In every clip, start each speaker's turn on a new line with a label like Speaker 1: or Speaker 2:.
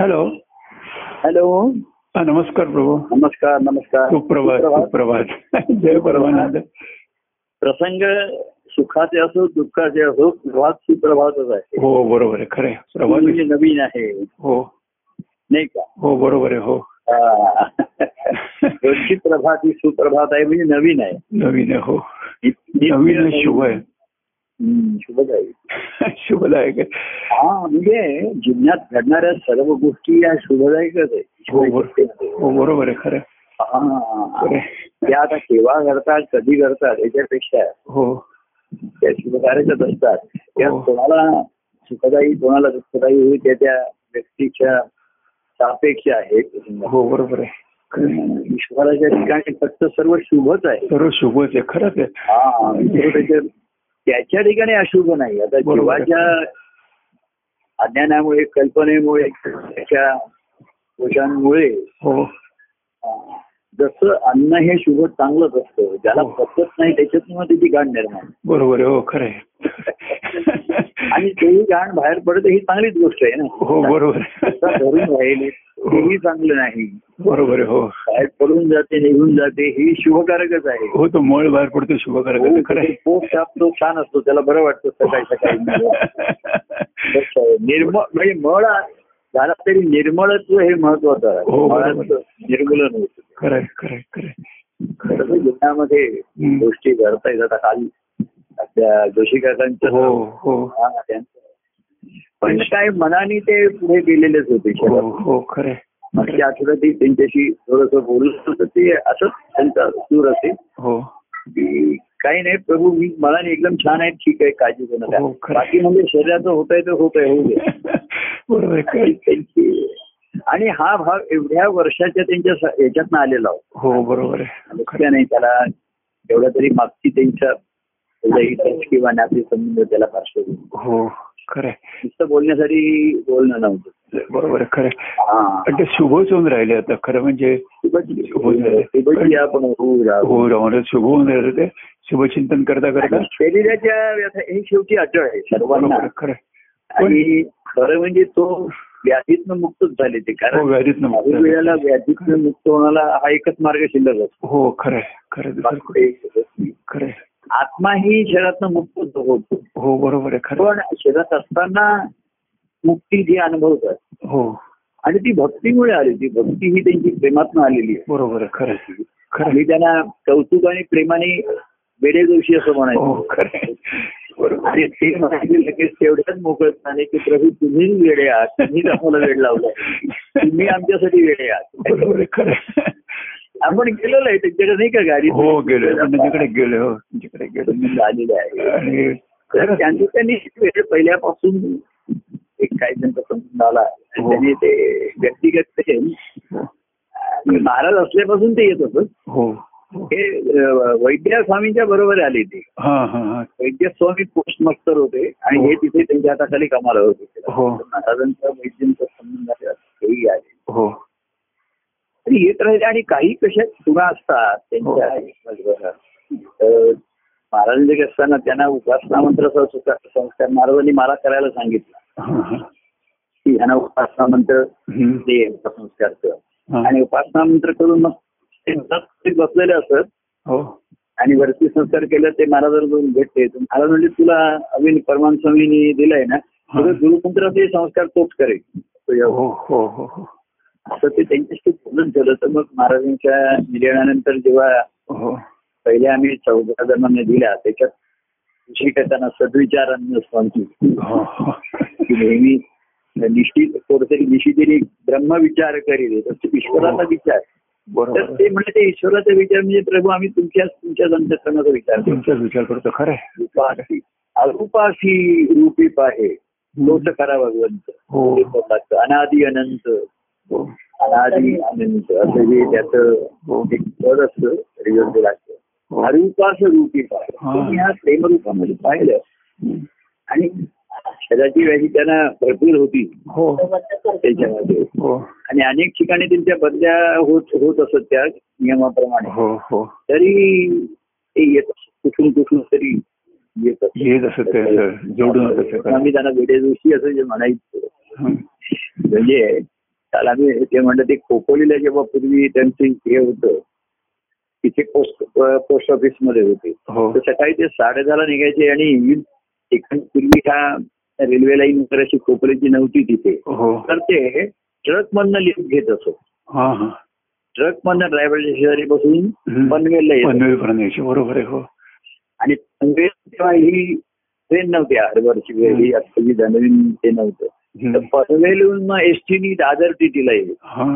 Speaker 1: Hello
Speaker 2: hello
Speaker 1: हा नमस्कार प्रभू
Speaker 2: नमस्कार नमस्कार
Speaker 1: सुप्रभात सुप्रभात
Speaker 2: सुप्रभात.
Speaker 1: जय परमानंद
Speaker 2: प्रसंग सुखाचे असो दुःखाचे असो प्रभात सुप्रभातच आहे
Speaker 1: हो बरोबर आहे खरे
Speaker 2: तुम्ही
Speaker 1: प्रभात
Speaker 2: म्हणजे नवीन आहे
Speaker 1: हो
Speaker 2: नाही का
Speaker 1: हो बरोबर आहे हो
Speaker 2: हा. रोजची प्रभात ही सुप्रभात आहे म्हणजे नवीन आहे
Speaker 1: नवीन आहे, हो
Speaker 2: नि- नि-
Speaker 1: नवीन आहे, शुभ आहे
Speaker 2: हम्म, शुभच आहे
Speaker 1: शुभदायक आहे
Speaker 2: हा म्हणजे जीवनात घडणाऱ्या सर्व गोष्टी या शुभदायकच
Speaker 1: हो
Speaker 2: आहे
Speaker 1: बरोबर हो बरोबर आहे खरं आहे. खरं
Speaker 2: हा.
Speaker 1: आहे.
Speaker 2: त्या आता केव्हा करतात कधी करतात याच्यापेक्षा
Speaker 1: हो
Speaker 2: त्या शुभकार्याच्याच असतात त्या
Speaker 1: हो.
Speaker 2: कोणाला सुखदायी कोणाला दुःखदायी होईल त्या त्या व्यक्तीच्या सापेक्ष आहे
Speaker 1: हो बरोबर आहे खरं आहे.
Speaker 2: ईश्वराच्या ठिकाणी फक्त सर्व शुभच आहे
Speaker 1: सर्व शुभच आहे खरंच आहे
Speaker 2: हा म्हणजे त्याच्या- त्याच्या ठिकाणी अशुभ नाही आता
Speaker 1: बरोबर.
Speaker 2: जीवाच्या अज्ञानामुळे कल्पनेमुळे त्याच्या दोषांमुळे
Speaker 1: हो
Speaker 2: हा, जसं अन्न हे शुभ चांगलंच असतं ज्याला
Speaker 1: हो.
Speaker 2: पचत नाही त्याच्यातून त्याची गाण निर्माण
Speaker 1: बरोबर आहे हो खरं
Speaker 2: आणि
Speaker 1: आहे
Speaker 2: तेही घाण बाहेर पडते ही चांगलीच गोष्ट आहे ना
Speaker 1: हो बरोबर
Speaker 2: आता
Speaker 1: आहे.
Speaker 2: धरून राहिले
Speaker 1: हो.
Speaker 2: तेही चांगलं नाही
Speaker 1: बरोबर आहे हो
Speaker 2: बाहेर पडून जाते निघून जाते हे शुभकारकच आहे
Speaker 1: हो तो मळ बाहेर पडतो शुभकारक आहे, खरं
Speaker 2: हो, पोट साफ तो छान असतो त्याला बरं वाटतं सकाळी सकाळी
Speaker 1: आहे.
Speaker 2: स्वच्छ आहे. निर्मळ म्हणजे मळ झाला तरी निर्मळत्व हे महत्वाचं आहे
Speaker 1: हो, बरोबर.
Speaker 2: मळाचं निर्मूलन होतं
Speaker 1: खरं आहे, खरं आहे, खरं आहे.
Speaker 2: खरं तर जीवनामध्ये
Speaker 1: हम्म.
Speaker 2: गोष्टी घडता येतात काल त्या जोशी
Speaker 1: हो
Speaker 2: काकांचं
Speaker 1: हो
Speaker 2: हा, त्यांचं. पण काय मनाने ते पुढे गेलेलेच होते
Speaker 1: हो हो खरं आहे, खरं
Speaker 2: मागच्या
Speaker 1: आहे.
Speaker 2: आठवड्यातही त्यांच्याशी थोडस बोललं होतं ते असंच त्यांचा सूर असेल
Speaker 1: हो
Speaker 2: की काही नाही प्रभू मी मला नाही एकदम छान आहे ठीक आहे काळजी करू नका
Speaker 1: हो, खरं.
Speaker 2: बाकी म्हणजे शरीराचं होत आहे तर होत आहे होऊ दे
Speaker 1: बरोबर आहे, खरं
Speaker 2: आणि
Speaker 1: आहे.
Speaker 2: त्यांची आणि हा भाव एवढ्या वर्षाच्या त्यांच्या स- याच्यातनं आलेला होता
Speaker 1: हो बरोबर आहे खरं
Speaker 2: नुकत्या नाही त्याला एवढा तरी मागची त्यांच्या लई किंवा नाते संबंध त्याला पार्श्वभूमी
Speaker 1: आहे. हो खरं आहे.
Speaker 2: नुसतं बोलण्यासाठी बोलणं नव्हतं
Speaker 1: बरोबर आहे, खरं आहे.
Speaker 2: हा
Speaker 1: पण ते शुभच होऊन राहिले आता खरं म्हणजे
Speaker 2: शुभजी- शुभजी आपण होऊ राहू
Speaker 1: हो रावण शुभ होऊन राहिले ते शुभचिंतन करता करता
Speaker 2: आणि शरीराच्या व्यथा हे शेवटी अटळ आहे सर्वांना
Speaker 1: बरोबर आहे, खरं आहे.
Speaker 2: आणि खरं म्हणजे तो व्याधीतनं मुक्तच झाले ते
Speaker 1: हो
Speaker 2: कारण
Speaker 1: व्याधीत
Speaker 2: काही वेळेला व्याधीतनं मुक्त होण्याला हा एकच मार्ग शिल्लक असतो
Speaker 1: हो खरं आहे, खरं आहे.
Speaker 2: बाकी काही शिल्लक नाही.
Speaker 1: खरं आहे.
Speaker 2: आत्मा ही शरीरातनं मुक्त होतो
Speaker 1: हो बरोबर आहे खरं आहे.
Speaker 2: पण शरीरात असताना मुक्ती जी अनुभवतात
Speaker 1: हो
Speaker 2: आणि ती भक्तीमुळे आली ती भक्ती ही त्यांची प्रेमातनं आलेली आहे
Speaker 1: बरोबर आहे खरं आहे. खरं आहे.
Speaker 2: आणि त्यांना कौतुक आणि प्रेमाने वेळे जोशी असं
Speaker 1: हो
Speaker 2: म्हणायचं
Speaker 1: खरं आहे. बरोबर
Speaker 2: आणि ते म्हणाले लगेच तेवढ्याच मोकळत नाही की प्रभू तुम्हीच वेळे आहात तुम्हीच आम्हाला वेळ लावला तुम्ही आमच्यासाठी वेळे आहात
Speaker 1: बरोबर आहे खरं आहे.
Speaker 2: आपण गेलेलो आहे त्यांच्याकडे नाही का गाडी
Speaker 1: हो गेलो आपण त्याच्याकडे गेलो हो त्यांच्याकडे गेलो
Speaker 2: आलेले आहे
Speaker 1: आणि
Speaker 2: तर
Speaker 1: खरंच
Speaker 2: त्यांनी त्यांनी वेळ पहिल्यापासून एक काही त्यांचा संबंध आला आणि
Speaker 1: हो.
Speaker 2: त्यांनी ते व्यक्तिगत प्रेम
Speaker 1: हो.
Speaker 2: आणि महाराज असल्यापासून ते येत होत
Speaker 1: हो हो.
Speaker 2: हे अ, वैद्य स्वामींच्या बरोबर आले ते
Speaker 1: हा हा हा
Speaker 2: वैद्य स्वामी पोस्ट मास्तर होते आणि हे तिथे त्यांच्या हाताखाली कामाला होते
Speaker 1: हो.
Speaker 2: महाराजांचा वैद्यांचा संबंध आहे, तेही आहे
Speaker 1: हो
Speaker 2: आणि येत राहिले आणि काही कशा खुणा असतात त्यांच्या
Speaker 1: हो.
Speaker 2: आयुष्यात. तर महाराजांचे असताना त्यांना उपास मंत्राचा सुद्धा संस्कार महाराजांनी मला करायला सांगितलं
Speaker 1: हा, हा.
Speaker 2: की ह्यांना उपासना मंत्र
Speaker 1: हम्म.
Speaker 2: दे संस्कार कर
Speaker 1: हा.
Speaker 2: आणि उपासना मंत्र करून मग ते व्रत ते बसलेले असत
Speaker 1: हो
Speaker 2: आणि वरती संस्कार केलं ते महाराजाला जाऊन भेटते तर महाराज म्हणजे तुला अविन परमान स्वामींनी दिलंय ना
Speaker 1: हा.
Speaker 2: तर गुरुतंत्राचे संस्कार तोच करेल तुझ्यावर.
Speaker 1: हो हो हो हो
Speaker 2: असं ते त्यांच्याशी बोलून झालं तर मग महाराजांच्या निधनानंतर जेव्हा
Speaker 1: हो
Speaker 2: पहिल्या आम्ही चौदा जणांना दिला त्याच्यात शिकताना सद्विचार स्वामी
Speaker 1: हो, हो.
Speaker 2: की नेहमी निश्चित कोणतरी निशितेने ब्रह्मविचार करील तर ईश्वराचा
Speaker 1: हो.
Speaker 2: विचार
Speaker 1: बरोबर
Speaker 2: तर
Speaker 1: आहे.
Speaker 2: ते म्हणजे ते ईश्वराचा विचार म्हणजे प्रभू आम्ही तुमच्या तुमच्या अंतकरणाचा विचार करतो
Speaker 1: तुमचाच विचार करतो खरं आहे.
Speaker 2: रूपासी अरूपासी रूपी पाहे लोट करा भगवंत
Speaker 1: हो
Speaker 2: ते स्वतःचं. अनादि अनंत
Speaker 1: हो
Speaker 2: अनादि अनंत असं जे
Speaker 1: हो.
Speaker 2: त्याचं एक पद असतं रिझल्ट लागतं
Speaker 1: हो
Speaker 2: अरूपास रूपी पाहे
Speaker 1: हा.
Speaker 2: तुम्ही ह्या प्रेमरूपामध्ये पाहिलं
Speaker 1: हम्म.
Speaker 2: आणि शरीराची व्याधी त्यांना भरपूर होती
Speaker 1: हो
Speaker 2: त्याच्यामध्ये
Speaker 1: हो
Speaker 2: आणि अनेक ठिकाणी त्यांच्या बदल्या होत होत असत त्या नियमाप्रमाणे
Speaker 1: हो हो
Speaker 2: तरी ते येत असत. कुठून कुठून तरी येत असत.
Speaker 1: येत असत ते असं जोडून असत ते.
Speaker 2: आम्ही त्यांना वेडे जोशी असं जे म्हणायचं
Speaker 1: हं.
Speaker 2: म्हणजे त्याला आम्ही ते म्हणलं ते खोपोलीला जेव्हा पूर्वी त्यांचं हे होतं तिथे पोस्ट पोस्ट ऑफिस मध्ये होते
Speaker 1: हो
Speaker 2: तर सकाळी ते साडेदहाला निघायचे आणि ठिकाण पूर्वी ह्या रेल्वे लाईन वगैरे अशी खोपोलीची नव्हती तिथे
Speaker 1: हो
Speaker 2: तर ते ट्रक मधनं लिफ्ट घेत असो
Speaker 1: हा हा
Speaker 2: ट्रक मधनं ड्रायव्हरच्या शेजारी बसून
Speaker 1: हम्म.
Speaker 2: पनवेलला येत
Speaker 1: पनवेल पर्यंत यायची. बरोबर आहे हो
Speaker 2: आणि पनवेल तेव्हा ही ट्रेन नव्हती हरभरची वेळ ही आता जी नवीन ते नव्हतं तर
Speaker 1: हम्म.
Speaker 2: पनवेलहून मग एसटीनी दादर टीटीला येईल
Speaker 1: हा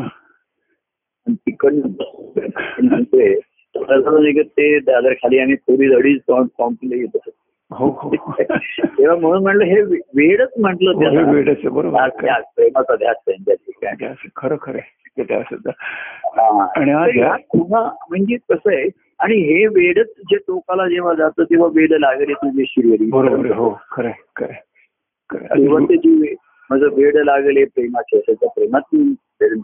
Speaker 2: आणि तिकडनं ते दादरला निघत ते दादर खाली आणि थोडी अडीच कॉम्पीला येत असत
Speaker 1: हो हो
Speaker 2: तेव्हा म्हणून म्हणलं हे वे- वेळच म्हटलं
Speaker 1: हे
Speaker 2: त्याला
Speaker 1: वेळच आहे बरोबर
Speaker 2: ध्यास,
Speaker 1: आहे.
Speaker 2: ध्यास, प्रेमाचा ध्यास त्यांच्या ठिकाणी
Speaker 1: ध्यास, खरं खरं आहे. ते ध्यास सुद्धा
Speaker 2: हा.
Speaker 1: आणि हा
Speaker 2: तर
Speaker 1: ध्यास-
Speaker 2: ह्या पुन्हा म्हणजे कसं आहे आणि हे वेडच जे टोकाला जेव्हा जातं तेव्हा वेद लागले तुझे शिरवरी
Speaker 1: बरोबर आहे. हो खरं आहे, खरं आहे. खरं आहे.
Speaker 2: तेव्हा
Speaker 1: आणि
Speaker 2: ते जीव माझं वेड लागले प्रेमाचे असं त्या प्रेमात मी वेड-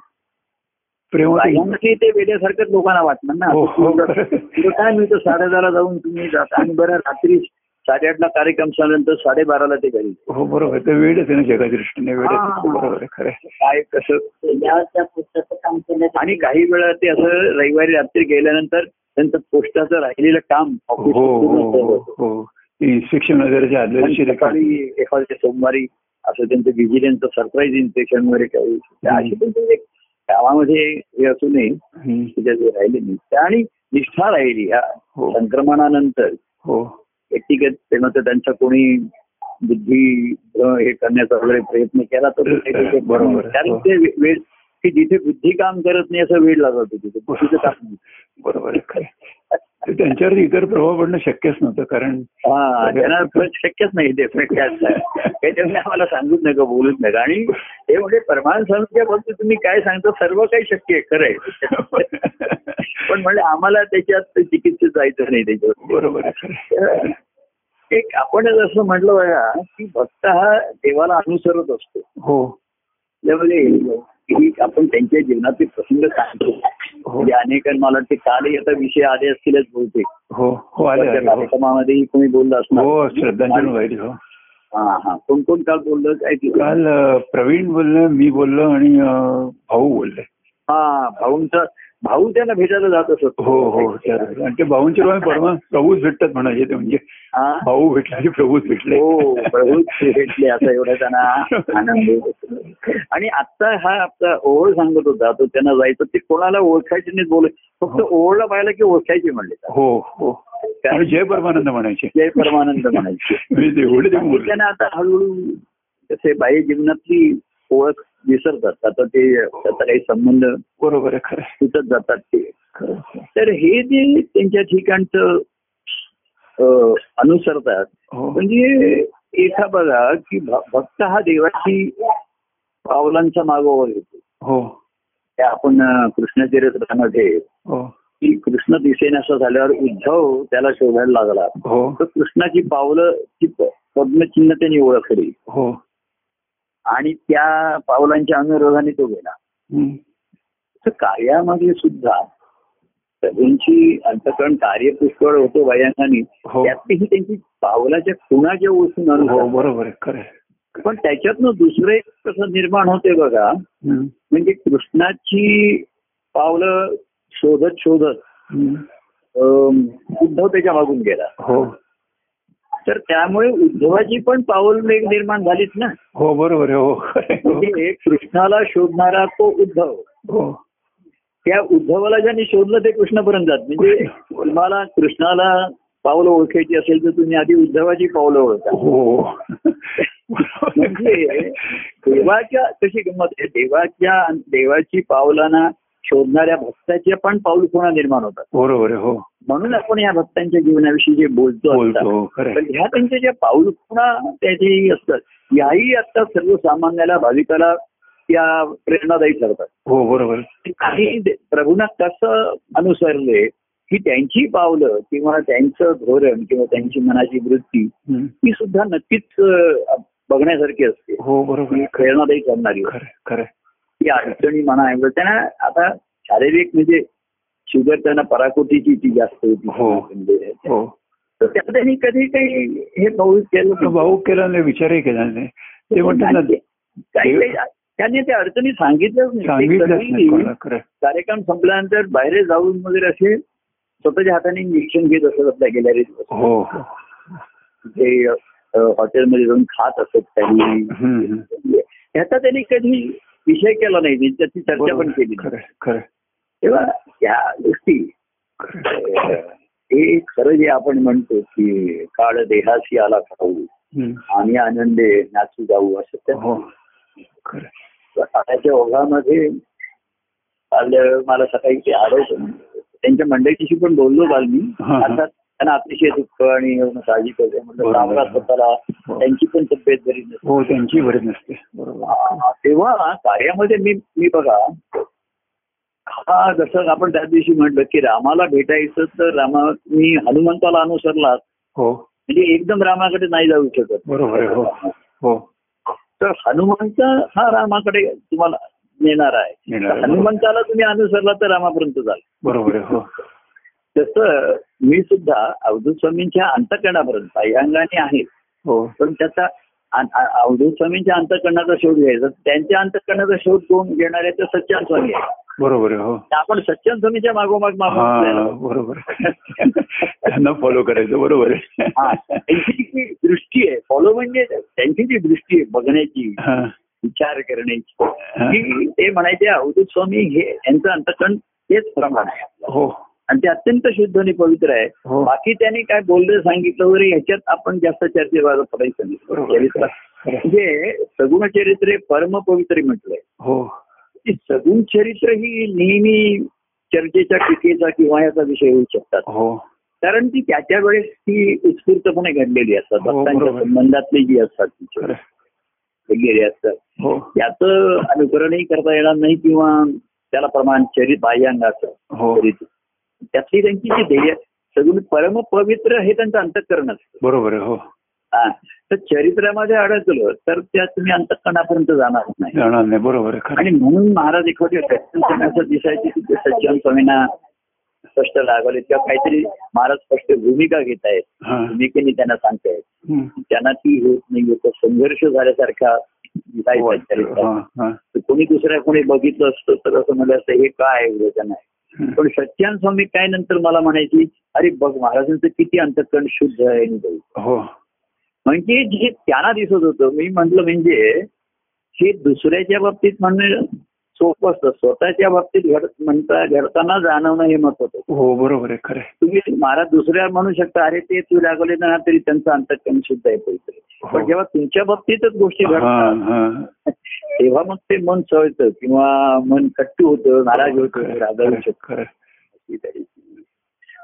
Speaker 1: प्रेमात
Speaker 2: बायांसाठी ते वेड्यासारखंच लोकांना वाटणार ना
Speaker 1: हो, हो,
Speaker 2: तुला-
Speaker 1: खरं.
Speaker 2: तुला काय मिळतं साडेदहाला जाऊन तुम्ही जाता आणि बरं रात्री साडेआठला कार्यक्रम झाल्यानंतर साडेबाराला ते घरी
Speaker 1: हो बरोबर आहे. ते वेळच आहे ना जगाच्या दृष्टीने वेळ
Speaker 2: हा, हा, हा.
Speaker 1: बरोबर आहे खरं आहे.
Speaker 2: काय कसं
Speaker 3: त्यावर त्या पुस्तक काम केलं तर-
Speaker 2: आणि काही वेळा ते असं रविवारी रात्री गेल्यानंतर त्यांचं पोस्टाचं राहिलेलं काम
Speaker 1: हो
Speaker 2: ऑफिस
Speaker 1: हो हो हो इन्स्पेक्शन वगैरे जे आदल्या दिवशी ते काम-
Speaker 2: सकाळी एखाद्या सोमवारी असं त्यांचं व्हिजिलन्सचं सरप्राईज इन्स्पेक्शन वगैरे काही अशी त्यांचं एक गावामध्ये हे असू नये
Speaker 1: हम्म.
Speaker 2: त्याच्यात हे राहिले नाही त्या आणि निष्ठा राहिली या
Speaker 1: हो
Speaker 2: संक्रमणानंतर
Speaker 1: हो
Speaker 2: व्यक्तिगत प्रेमाचं त्यांचा कोणी बुद्धी अं, हे करण्याचा वगैरे प्रयत्न केला तर ते काही-
Speaker 1: बरोबर.
Speaker 2: कारण ते वे- वेळ की जिथे बुद्धी काम करत नाही असं वेळ लागत होती तिथे बुद्धीचं काम नाही.
Speaker 1: बरोबर आहे खरं आहे. ते त्यांच्यावर इतर प्रभाव पडणं शक्यच नव्हतं कारण
Speaker 2: हा त्यांना पण शक्यच नाही ते पण काय असणार. काही त्यांनी आम्हाला सांगूच नका बोलूच नका आणि ते म्हणजे परमान संस्थेच्या बाबतीत तुम्ही काय सांगता सर्व काही शक्य आहे खरं आहे पण म्हणजे आम्हाला त्याच्यात चिकित्सेत जायचं नाही त्याच्यावर
Speaker 1: बरोबर आहे खरं आहे.
Speaker 2: तर एक आपण असं म्हटलं बघा की भक्त हा देवाला अनुसरत असतो
Speaker 1: हो
Speaker 2: त्यामुळे की आपण त्यांच्या जीवनातील प्रसंग सांगतो म्हणजे अनेकांना मला वाटते कालही आता विषय आले असतीलच बहुतेक
Speaker 1: हो हो आले आले
Speaker 2: त्या
Speaker 1: हो.
Speaker 2: कार्यक्रमामध्येही कोणी बोललं असणार
Speaker 1: हो श्रद्धांजली वाहिली हो
Speaker 2: हा हा कोण कोण काल बोललं काय तिथे?
Speaker 1: काल अ, प्रवीण बोललं मी बोललो आणि अ, भाऊ बोलले
Speaker 2: हा भाऊंचा भाऊ त्यांना भेटायला जात असत
Speaker 1: हो हो चालेल. आणि ते भाऊंच्या रूपाने परमा प्रभूच भेटतात म्हणायचे ते म्हणजे
Speaker 2: हा?
Speaker 1: भाऊ भेटला की प्रभूच भेटले
Speaker 2: हो प्रभूच भेटले असा एवढा त्यांना आनंद होतो. आणि आता हा आपला ओळ सांगत होता तो त्यांना जायचं ते कोणाला ओळखायचे नाही बोलत फक्त ओळला पाहिलं की ओळखायचे म्हणले
Speaker 1: हो हो आणि जय परमानंद म्हणायचे
Speaker 2: जय परमानंद म्हणायचे
Speaker 1: म्हणजे ते एवढे ते
Speaker 2: आणि
Speaker 1: बोलले
Speaker 2: त्यांना आता हळूहळू कसे बाह्य जीवनातली ओळख विसरतात आता ते त्याचा काही संबंध
Speaker 1: बरोबर आहे खरं आहे,
Speaker 2: सुटत जातात ते
Speaker 1: खरं आहे.
Speaker 2: तर हे जे त्यांच्या ठिकाणचं अ, अनुसरतात
Speaker 1: हो
Speaker 2: म्हणजे एका बघा की भ- भक्त हा देवाची पावलांचा मागोवा घेतो
Speaker 1: हो
Speaker 2: ते आपण अ, कृष्णचरित्रामध्ये
Speaker 1: हो
Speaker 2: की कृष्ण दिसेनासा झाल्यावर उद्धव त्याला शोधायला लागला
Speaker 1: हो
Speaker 2: तर कृष्णाची पावलं ची प- पद्मचिन्ह त्यांनी ओळखली
Speaker 1: हो
Speaker 2: आणि त्या पावलांच्या अनुरोधाने तो गेला
Speaker 1: हम्म.
Speaker 2: तर कार्यामध्ये सुद्धा प्रभूंची अंतकरण कार्य पुष्कळ होतो वयांनी
Speaker 1: हो
Speaker 2: त्यातही त्यांची पावलाच्या खुणा ज्या ओळखून
Speaker 1: हो
Speaker 2: अनुभव
Speaker 1: बरोबर आहे खरं आहे.
Speaker 2: पण त्याच्यातनं दुसरं एक कसं निर्माण होते बघा
Speaker 1: हम्म.
Speaker 2: म्हणजे कृष्णाची पावलं शोधत शोधत
Speaker 1: हम्म.
Speaker 2: अम, उद्धव त्याच्या मागून गेला
Speaker 1: हो
Speaker 2: तर त्यामुळे उद्धवाची पण पाऊल एक निर्माण झालीच ना
Speaker 1: हो बरोबर आहे हो खरं आहे, हो.
Speaker 2: म्हणजे कृष्णाला शोधणारा तो उद्धव
Speaker 1: हो
Speaker 2: त्या उद्धवाला ज्यांनी शोधलं ते कृष्णापर्यंत जात म्हणजे तुम्हाला कृष्णाला पावलं ओळखायची असेल तर तुम्ही आधी उद्धवाची पावलं ओळखा
Speaker 1: हो
Speaker 2: म्हणजे देवाच्या कशी गंमत आहे देवाच्या देवाची पावलांना शोधणाऱ्या भक्ताच्या पण पाऊल खुणा निर्माण होतात
Speaker 1: बरोबर आहे हो
Speaker 2: म्हणून आपण या भक्तांच्या जीवनाविषयी जे बोलतो आता,
Speaker 1: बोलतो हो, खरं
Speaker 2: पण
Speaker 1: आहे.
Speaker 2: ह्या त्यांच्या ज्या पाऊलखुणा त्याच्याही असतात याही आता सर्वसामान्याला भाविकाला त्या प्रेरणादायी ठरतात
Speaker 1: हो बरोबर
Speaker 2: ते काही दे- प्रभूंना कसं अनुसरले की त्यांची पावलं किंवा त्यांचं धोरण किंवा त्यांची मनाची वृत्ती
Speaker 1: हम्म.
Speaker 2: ही सुद्धा नक्कीच अ, बघण्यासारखी असते
Speaker 1: हो बरोबर
Speaker 2: ही
Speaker 1: आहे. खरं
Speaker 2: प्रेरणादायी ठरणारी
Speaker 1: खरं आहे, खरं आहे.
Speaker 2: ही अडचणी म्हणा एवढं त्यांना आता शारीरिक म्हणजे शुगर त्यांना पराकोटीची ती जास्त होती
Speaker 1: हो.
Speaker 2: म्हणजे
Speaker 1: हो
Speaker 2: तर त्यात त्यांनी कधी काही हे पाऊल केलं
Speaker 1: तो
Speaker 2: नाही. हो,
Speaker 1: भाऊ केला नाही विचारही केला नाही ते म्हणतात ना
Speaker 2: काही काही त्यांनी त्या अडचणी सांगितल्याच नाही ते
Speaker 1: सांगितलंच नाही
Speaker 2: कधीही
Speaker 1: कोणाला खरं
Speaker 2: कार्यक्रम संपल्यानंतर बाहेर जाऊन वगैरे असे स्वतःच्या हाताने इंजेक्शन घेत असत आपल्या गॅलरीत बसून.
Speaker 1: हो हो
Speaker 2: ते अ, हॉटेलमध्ये जाऊन खात असत काही
Speaker 1: हम्म, हम्म.
Speaker 2: ह्याचा त्यांनी कधी विषय केला नाही त्याची चर्चा पण
Speaker 1: बरोबर.
Speaker 2: केली नाही.
Speaker 1: खरं खरं
Speaker 2: तेव्हा या गोष्टी
Speaker 1: खरं
Speaker 2: अ, हे खरं जे आपण म्हणतो की काळ देहाशी आला खाऊ
Speaker 1: हम्म.
Speaker 2: आम्ही आनंदे नाचू जाऊ असं त्या
Speaker 1: हो खरं
Speaker 2: पाण्याच्या ओघामध्ये काल मला सकाळी ते आलं त्यांच्या मंडळीशी पण बोललो काल मी
Speaker 1: हा, हा.
Speaker 2: अर्थात त्यांना अतिशय दुःख आणि साहजिक आहे. म्हटलं
Speaker 1: बरोबर.
Speaker 2: सावरा स्वतःला त्यांची पण तब्येत बरी नसते
Speaker 1: हो त्यांची भरत नसते बरोबर
Speaker 2: आ, तेव्हा कार्यामध्ये मी मी बघा हा जसं आपण त्या दिवशी म्हटलं की रामाला भेटायचं तर रामा मी हनुमंताला अनुसरला
Speaker 1: हो
Speaker 2: म्हणजे एकदम रामाकडे नाही जाऊ शकत
Speaker 1: बरोबर आहे हो हो
Speaker 2: तर हनुमंत हा रामाकडे तुम्हाला नेणार आहे
Speaker 1: नेणार आहे.
Speaker 2: हनुमंताला तुम्ही अनुसरला तर रामापर्यंत जाल
Speaker 1: बरोबर आहे हो
Speaker 2: तसं मी सुद्धा अवधूत स्वामींच्या अंतकरणापर्यंत बाह्यांगाने आहे
Speaker 1: हो
Speaker 2: पण त्याचा अ- अ- अवधूत स्वामींच्या अंतकरणाचा शोध घ्यायचा त्यांच्या अंतकरणाचा शोध कोण घेणार आहे तर सच्चान स्वामी आहे
Speaker 1: बरोबर आहे हो
Speaker 2: तर आपण सच्चन स्वामीच्या मागोमाग मागोमाग
Speaker 1: हा
Speaker 2: जायला.
Speaker 1: बरोबर त्यांना फॉलो करायचं बरोबर आहे
Speaker 2: हा, त्यांची जी दृष्टी आहे फॉलो म्हणजे त्यांची जी दृष्टी आहे बघण्याची
Speaker 1: हा,
Speaker 2: विचार करण्याची ती ते म्हणायचे अवधूत स्वामी हे यांचं अंतकरण हेच प्रमाण आहे
Speaker 1: हो
Speaker 2: आणि ते अत्यंत शुद्ध आणि पवित्र आहे
Speaker 1: हो
Speaker 2: बाकी त्यांनी काय बोललं सांगितलं वगैरे ह्याच्यात आपण जास्त चर्चेबाजू पडायचं नाही
Speaker 1: बरोबर आहे.
Speaker 2: चरित्र म्हणजे सगुण चरित्र हे परम पवित्र म्हटलंय
Speaker 1: हो
Speaker 2: ती सगुण चरित्र ही नेहमी चर्चेच्या टीकेचा किंवा याचा विषय होऊ शकतात
Speaker 1: हो
Speaker 2: कारण ती त्याच्या वेळेस ती उत्स्फूर्तपणे घडलेली असतात
Speaker 1: हो, बरोबर.
Speaker 2: भक्तांच्या संबंधातली जी असतात ती
Speaker 1: खरं
Speaker 2: घडलेली असतात
Speaker 1: हो
Speaker 2: त्याचं अनुकरणही करता येणार नाही किंवा त्याला प्रमाण चरित बाह्यांगाचं
Speaker 1: हो
Speaker 2: चरित त्यातली त्यांची जी ध्येय सगळी परम पवित्र हे त्यांचं अंतःकरण असतं
Speaker 1: बरोबर आहे हो
Speaker 2: हा. तर चरित्रामध्ये अडकलं तर त्या तुम्ही अंतःकरणापर्यंत जाणार नाही
Speaker 1: जाणार नाही बरोबर आहे खरं
Speaker 2: आणि म्हणून महाराज एखादी असं दिसायची की ते सज्जन स्वामींना स्पष्ट लागले किंवा काहीतरी महाराज स्पष्ट भूमिका घेत आहेत
Speaker 1: हा
Speaker 2: भूमिकेने त्यांना सांगतायत
Speaker 1: हम्म.
Speaker 2: त्यांना ती होत नाही तो संघर्ष झाल्यासारखा दिसायचा
Speaker 1: हा,
Speaker 2: चरित्र.
Speaker 1: हा.
Speaker 2: तर कोणी दुसऱ्या कोणी बघितलं असतं तर असं म्हणलं असतं हे काय एवढं त्यांना
Speaker 1: हम्म.
Speaker 2: पण सच्चान स्वामी काय नंतर मला म्हणायची अरे बघ महाराजांचं किती अंतकरण शुद्ध आहे आणि बघ.
Speaker 1: हो
Speaker 2: म्हणजे जे त्यांना दिसत होतं मी म्हटलं म्हणजे हे दुसऱ्याच्या बाबतीत म्हणणं सोपं असतं स्वतःच्या बाबतीत घड म्हणता घडताना जाणवणं हे महत्वाचं आहे.
Speaker 1: हो बरोबर आहे खरं आहे.
Speaker 2: तुम्ही महाराज दुसऱ्या म्हणू शकता अरे ते तू लागवले ना तरी त्यांचं अंतकरण शुद्ध आहे पवित्र आहे." पण
Speaker 1: हो.
Speaker 2: जेव्हा तुमच्या बाबतीतच गोष्टी
Speaker 1: हा
Speaker 2: घडतात
Speaker 1: हा
Speaker 2: तेव्हा मग ते मन सळतं किंवा मन कट्टू होतं नाराज होतं
Speaker 1: हो, खरं
Speaker 2: रागावू
Speaker 1: आहे,
Speaker 2: शकतं
Speaker 1: खरं आहे.
Speaker 2: काहीतरी.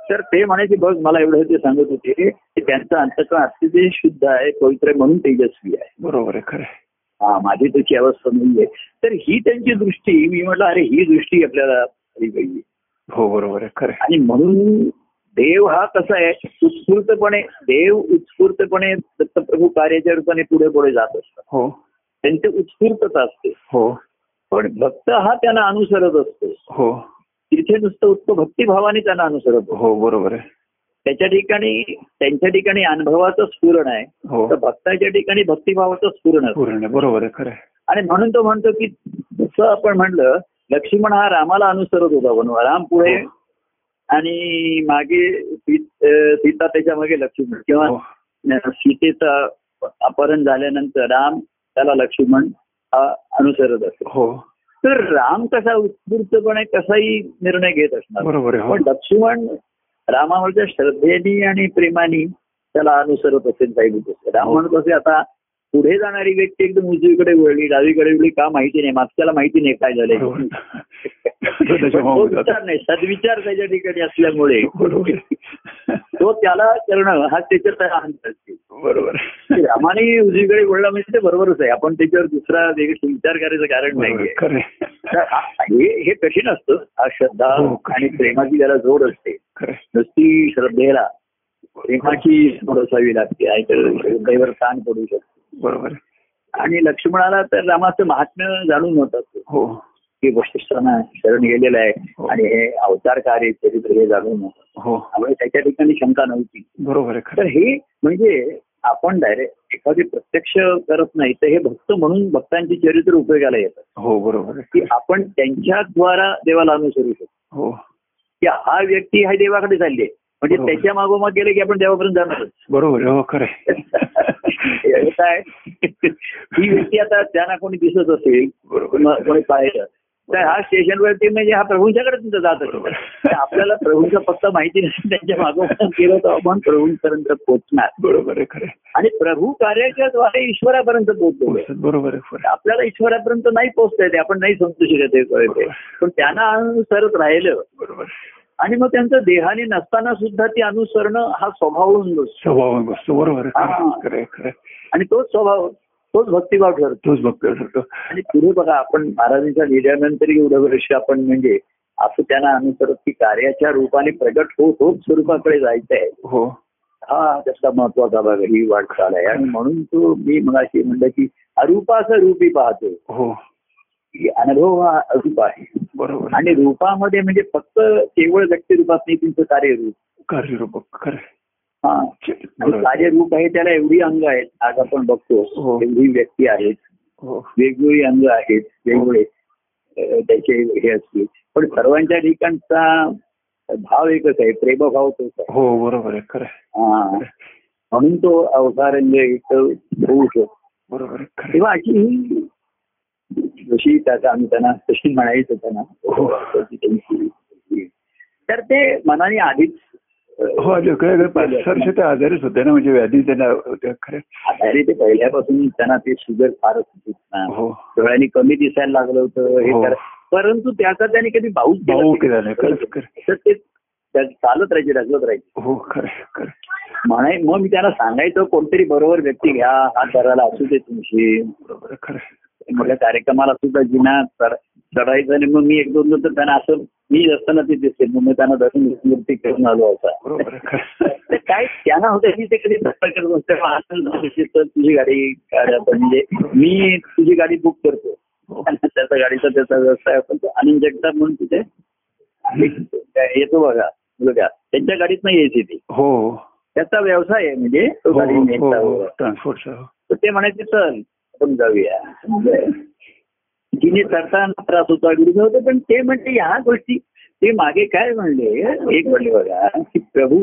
Speaker 2: तर ते म्हणायचे बघ मला एवढं ते सांगत होते की त्यांचं अंतकरण अतिशय शुद्ध आहे पवित्र आहे म्हणून तेजस्वी आहे
Speaker 1: बरोबर आहे खरं आहे.
Speaker 2: हा माझी त्याची अवस्था नाहीये तर ही त्यांची दृष्टी मी म्हटलं अरे ही दृष्टी आपल्याला आली पाहिजे
Speaker 1: हो बरोबर आहे खरं आहे.
Speaker 2: आणि म्हणून देव हा कसा आहे उत्स्फूर्तपणे देव उत्स्फूर्तपणे दत्तप्रभू कार्याच्या रूपाने पुढे पुढे जात असतात
Speaker 1: हो
Speaker 2: त्यांची उत्स्फूर्तता असते
Speaker 1: हो
Speaker 2: पण भक्त हा त्यांना अनुसरत असतो
Speaker 1: हो
Speaker 2: तिथे नुसतं उत्तम भक्तिभावाने त्यांना अनुसरत असतो
Speaker 1: हो बरोबर आहे
Speaker 2: त्याच्या ठिकाणी त्यांच्या ठिकाणी अनुभवाचं स्फुरण आहे
Speaker 1: हो
Speaker 2: तर भक्ताच्या ठिकाणी भक्तिभावाचं स्फुरण असतं
Speaker 1: पूर्ण आहे. बरोबर आहे खरं आहे.
Speaker 2: आणि म्हणून तो म्हणतो की जसं आपण म्हणलं लक्ष्मण हा रामाला अनुसरत होता बनवा राम पुढे
Speaker 1: हो.
Speaker 2: आणि मागे सी- अं, सीता त्याच्या मागे लक्ष्मण किंवा
Speaker 1: हो
Speaker 2: अं, सीतेचं अपहरण झाल्यानंतर राम त्याला लक्ष्मण हा अनुसरत असतो
Speaker 1: हो
Speaker 2: तर राम कसा उत्स्फूर्तपणे कसाही निर्णय घेत असणार
Speaker 1: बरोबर आहे
Speaker 2: पण
Speaker 1: हो
Speaker 2: लक्ष्मण रामावरच्या श्रद्धेनी आणि प्रेमानी त्याला अनुसरत असेल पाहिजे राम म्हणत असे आता पुढे जाणारी व्यक्ती एकदम उजवीकडे वळली डावीकडे वळली का माहिती नाही मागच्याला माहिती नाही काय झालंय
Speaker 1: बरोबर. तो
Speaker 2: पण
Speaker 1: त्याच्या
Speaker 2: तो
Speaker 1: मागून
Speaker 2: विचार नाही सद्विचार त्याच्या ठिकाणी असल्यामुळे
Speaker 1: बरोबर आहे.
Speaker 2: तो त्याला करणं हा त्याच्यात त्याला अंत असते
Speaker 1: बरोबर
Speaker 2: की
Speaker 1: आहे.
Speaker 2: रामाने उजवीकडे वळला म्हणजे ते बरोबरच आहे आपण त्याच्यावर दुसरा वेगळा विचार करायचं कारण
Speaker 1: बरोबर
Speaker 2: नाहीये
Speaker 1: आहे. खरं आहे.
Speaker 2: तर हा- हे हे कठीण असतं हा श्रद्धा
Speaker 1: हो, कठीण.
Speaker 2: आणि प्रेमाची त्याला जोड असते
Speaker 1: खरं आहे.
Speaker 2: नुसती श्रद्धेला प्रेमाची जोड असावी लागते नाहीतर श्रद्धेवर ताण पडू शकतो
Speaker 1: बरोबर आहे.
Speaker 2: आणि लक्ष्मणाला तर रामाचं महात्म्य जाणून होत असतं
Speaker 1: हो
Speaker 2: की वशिष्ठांना शरण गेलेलं आहे
Speaker 1: हो.
Speaker 2: आणि हे अवतार कार्य चरित्र हे जाणून होतं
Speaker 1: हो
Speaker 2: त्यामुळे त्याच्या ठिकाणी शंका नव्हती
Speaker 1: बरोबर आहे खरं
Speaker 2: तर
Speaker 1: आहे.
Speaker 2: हे म्हणजे आपण डायरेक्ट एखादी प्रत्यक्ष करत नाही तर हे भक्त म्हणून भक्तांची चरित्र उपयोगाला येतात
Speaker 1: हो बरोबर आहे.
Speaker 2: की आपण त्यांच्याद्वारा देवाला अनुसरू शकतो
Speaker 1: हो
Speaker 2: की हा व्यक्ती हा देवाकडे चालली आहे म्हणजे
Speaker 1: हो.
Speaker 2: त्याच्या मागोमाग गेले की आपण देवापर्यंत जाणारच
Speaker 1: बरोबर आहे. हो खरं आहे.
Speaker 2: हे काय ही व्यक्ती आता त्यांना कोणी दिसत असेल
Speaker 1: बरोबर
Speaker 2: कोणा- कोणी पाहिलं तर हा स्टेशनवरती म्हणजे हा प्रभूंच्याकडे तुमचं जात
Speaker 1: बरोबर.
Speaker 2: असेल तर आपल्याला प्रभूंचा पत्ता माहिती नाही त्यांच्या मागोमाग गेलो तर आपण प्रभूंपर्यंत पोहोचणार
Speaker 1: बरोबर आहे खरं आहे.
Speaker 2: आणि प्रभू कार्याच्या द्वारे ईश्वरापर्यंत पोहोचतो
Speaker 1: पुरुषात बरोबर आहे खरं आहे.
Speaker 2: आपल्याला ईश्वरापर्यंत नाही पोहोचता येते आपण नाही समजू शकत हे कळते पण त्यांना अनुसरत राहिलं
Speaker 1: बरोबर आहे.
Speaker 2: आणि मग त्यांचं देहाने नसताना सुद्धा ती अनुसरणं हा स्वभावून नसतो
Speaker 1: स्वभाव आहे गोष्ट बरोबर आहे खरं आहे.
Speaker 2: हा.
Speaker 1: खरं आहे, खरं आहे.
Speaker 2: आणि तोच स्वभाव तोच भक्तिभाव ठरतो
Speaker 1: तोच बघतो
Speaker 2: आणि पुढे बघा आपण महाराजांच्या लिहिल्यानंतर एवढं वर्ष आपण म्हणजे असं त्यांना अनुसरत की कार्याच्या रूपाने प्रगट होत होत स्वरूपाकडे जायचं आहे
Speaker 1: हो
Speaker 2: हा त्याचा महत्वाचा भाग आहे, ही वाटचाल आहे आणि म्हणून तो मी मगाशी म्हणलं की अरूपाचं रूपी पाहतो
Speaker 1: हो
Speaker 2: की अनुभव हा अरूप आहे
Speaker 1: बरोबर आहे.
Speaker 2: आणि रूपामध्ये म्हणजे फक्त केवळ व्यक्तिरूपात नाही तुमचं कार्यरूप
Speaker 1: कार्यरूपक खरं आहे.
Speaker 2: हा आणि
Speaker 1: बरोबर आहे.
Speaker 2: कार्यरूप आहे त्याला एवढी अंग आहेत आज आपण बघतो
Speaker 1: हो.
Speaker 2: एवढी व्यक्ती आहेत
Speaker 1: हो
Speaker 2: वेगवेगळी अंग आहेत वेगवेगळे अ, त्याचे हे असतील पण सर्वांच्या ठिकाणचा भाव एकच आहे प्रेमभाव तोच आहे
Speaker 1: हो बरोबर आहे खरं आहे.
Speaker 2: हा. म्हणून तो अवतारंग एक होऊ शकतो
Speaker 1: बरोबर आहे खरं आहे.
Speaker 2: तेव्हा अशी ही जशी त्याचा आम्ही त्यांना तशी म्हणायचं त्यांना
Speaker 1: हो.
Speaker 2: तशी त्यांची- तर ते मनाने आधीच अ,
Speaker 1: हो अजय खरं पाच सहा वर्ष ते आजारीच होते ना म्हणजे व्याधी त्यांना होत्या खरं आहे.
Speaker 2: आता अरे ते पहिल्यापासून त्यांना ते शुगर फारच होती ना
Speaker 1: हो
Speaker 2: डोळ्यांनी कमी दिसायला लागलं होतं हे
Speaker 1: हो.
Speaker 2: तर परंतु त्याचा त्याने कधी भाऊच
Speaker 1: भाऊ केला नाही खरंच खरं
Speaker 2: तर ते त्या- चालत राहायचे ढकलत राहायचे
Speaker 1: हो खरं आहे, खरं आहे.
Speaker 2: म्हणाय मग मी त्यांना सांगायचं कोणतरी बरोबर व्यक्ती घ्या हा करायला असू दे तुमची
Speaker 1: बरोबर आहे, खरं आहे.
Speaker 2: म्हटलं कार्यक्रमाला सुद्धा जिना चढ- चढायचं आणि मग मी एक दोन दोन तर त्यांना असं मी असताना ते दिसते मग मी त्यांना दर्शन मूर्ती करून आलो
Speaker 1: बरोबर आहे,
Speaker 2: होता
Speaker 1: खरं आहे.
Speaker 2: तर काय त्यांना होतं की ते कधी धक्का करत नसते मग असं नसते तर तुझी गाडी काढा. पण म्हणजे मी तुझी गाडी बुक करतो
Speaker 1: हो.
Speaker 2: त्याचा गाडीचा त्याचा व्यवसाय आपण तो आनंद जगताप म्हणून तिथे एक येतो बघा बघा त्यांच्या गाडीत नाही यायची ती
Speaker 1: हो
Speaker 2: त्याचा व्यवसाय आहे म्हणजे तो गाडी
Speaker 1: हो
Speaker 2: न्यायचा
Speaker 1: हो
Speaker 2: वगैरे.
Speaker 1: ट्रान्सपोर्टचा हो.
Speaker 2: तर ते म्हणायचे चल आपण जाऊया तिने चढताना त्रास होता विरुद्ध होते पण ते म्हणजे ह्या गोष्टी ते मागे काय म्हणले एक म्हणले बघा की प्रभू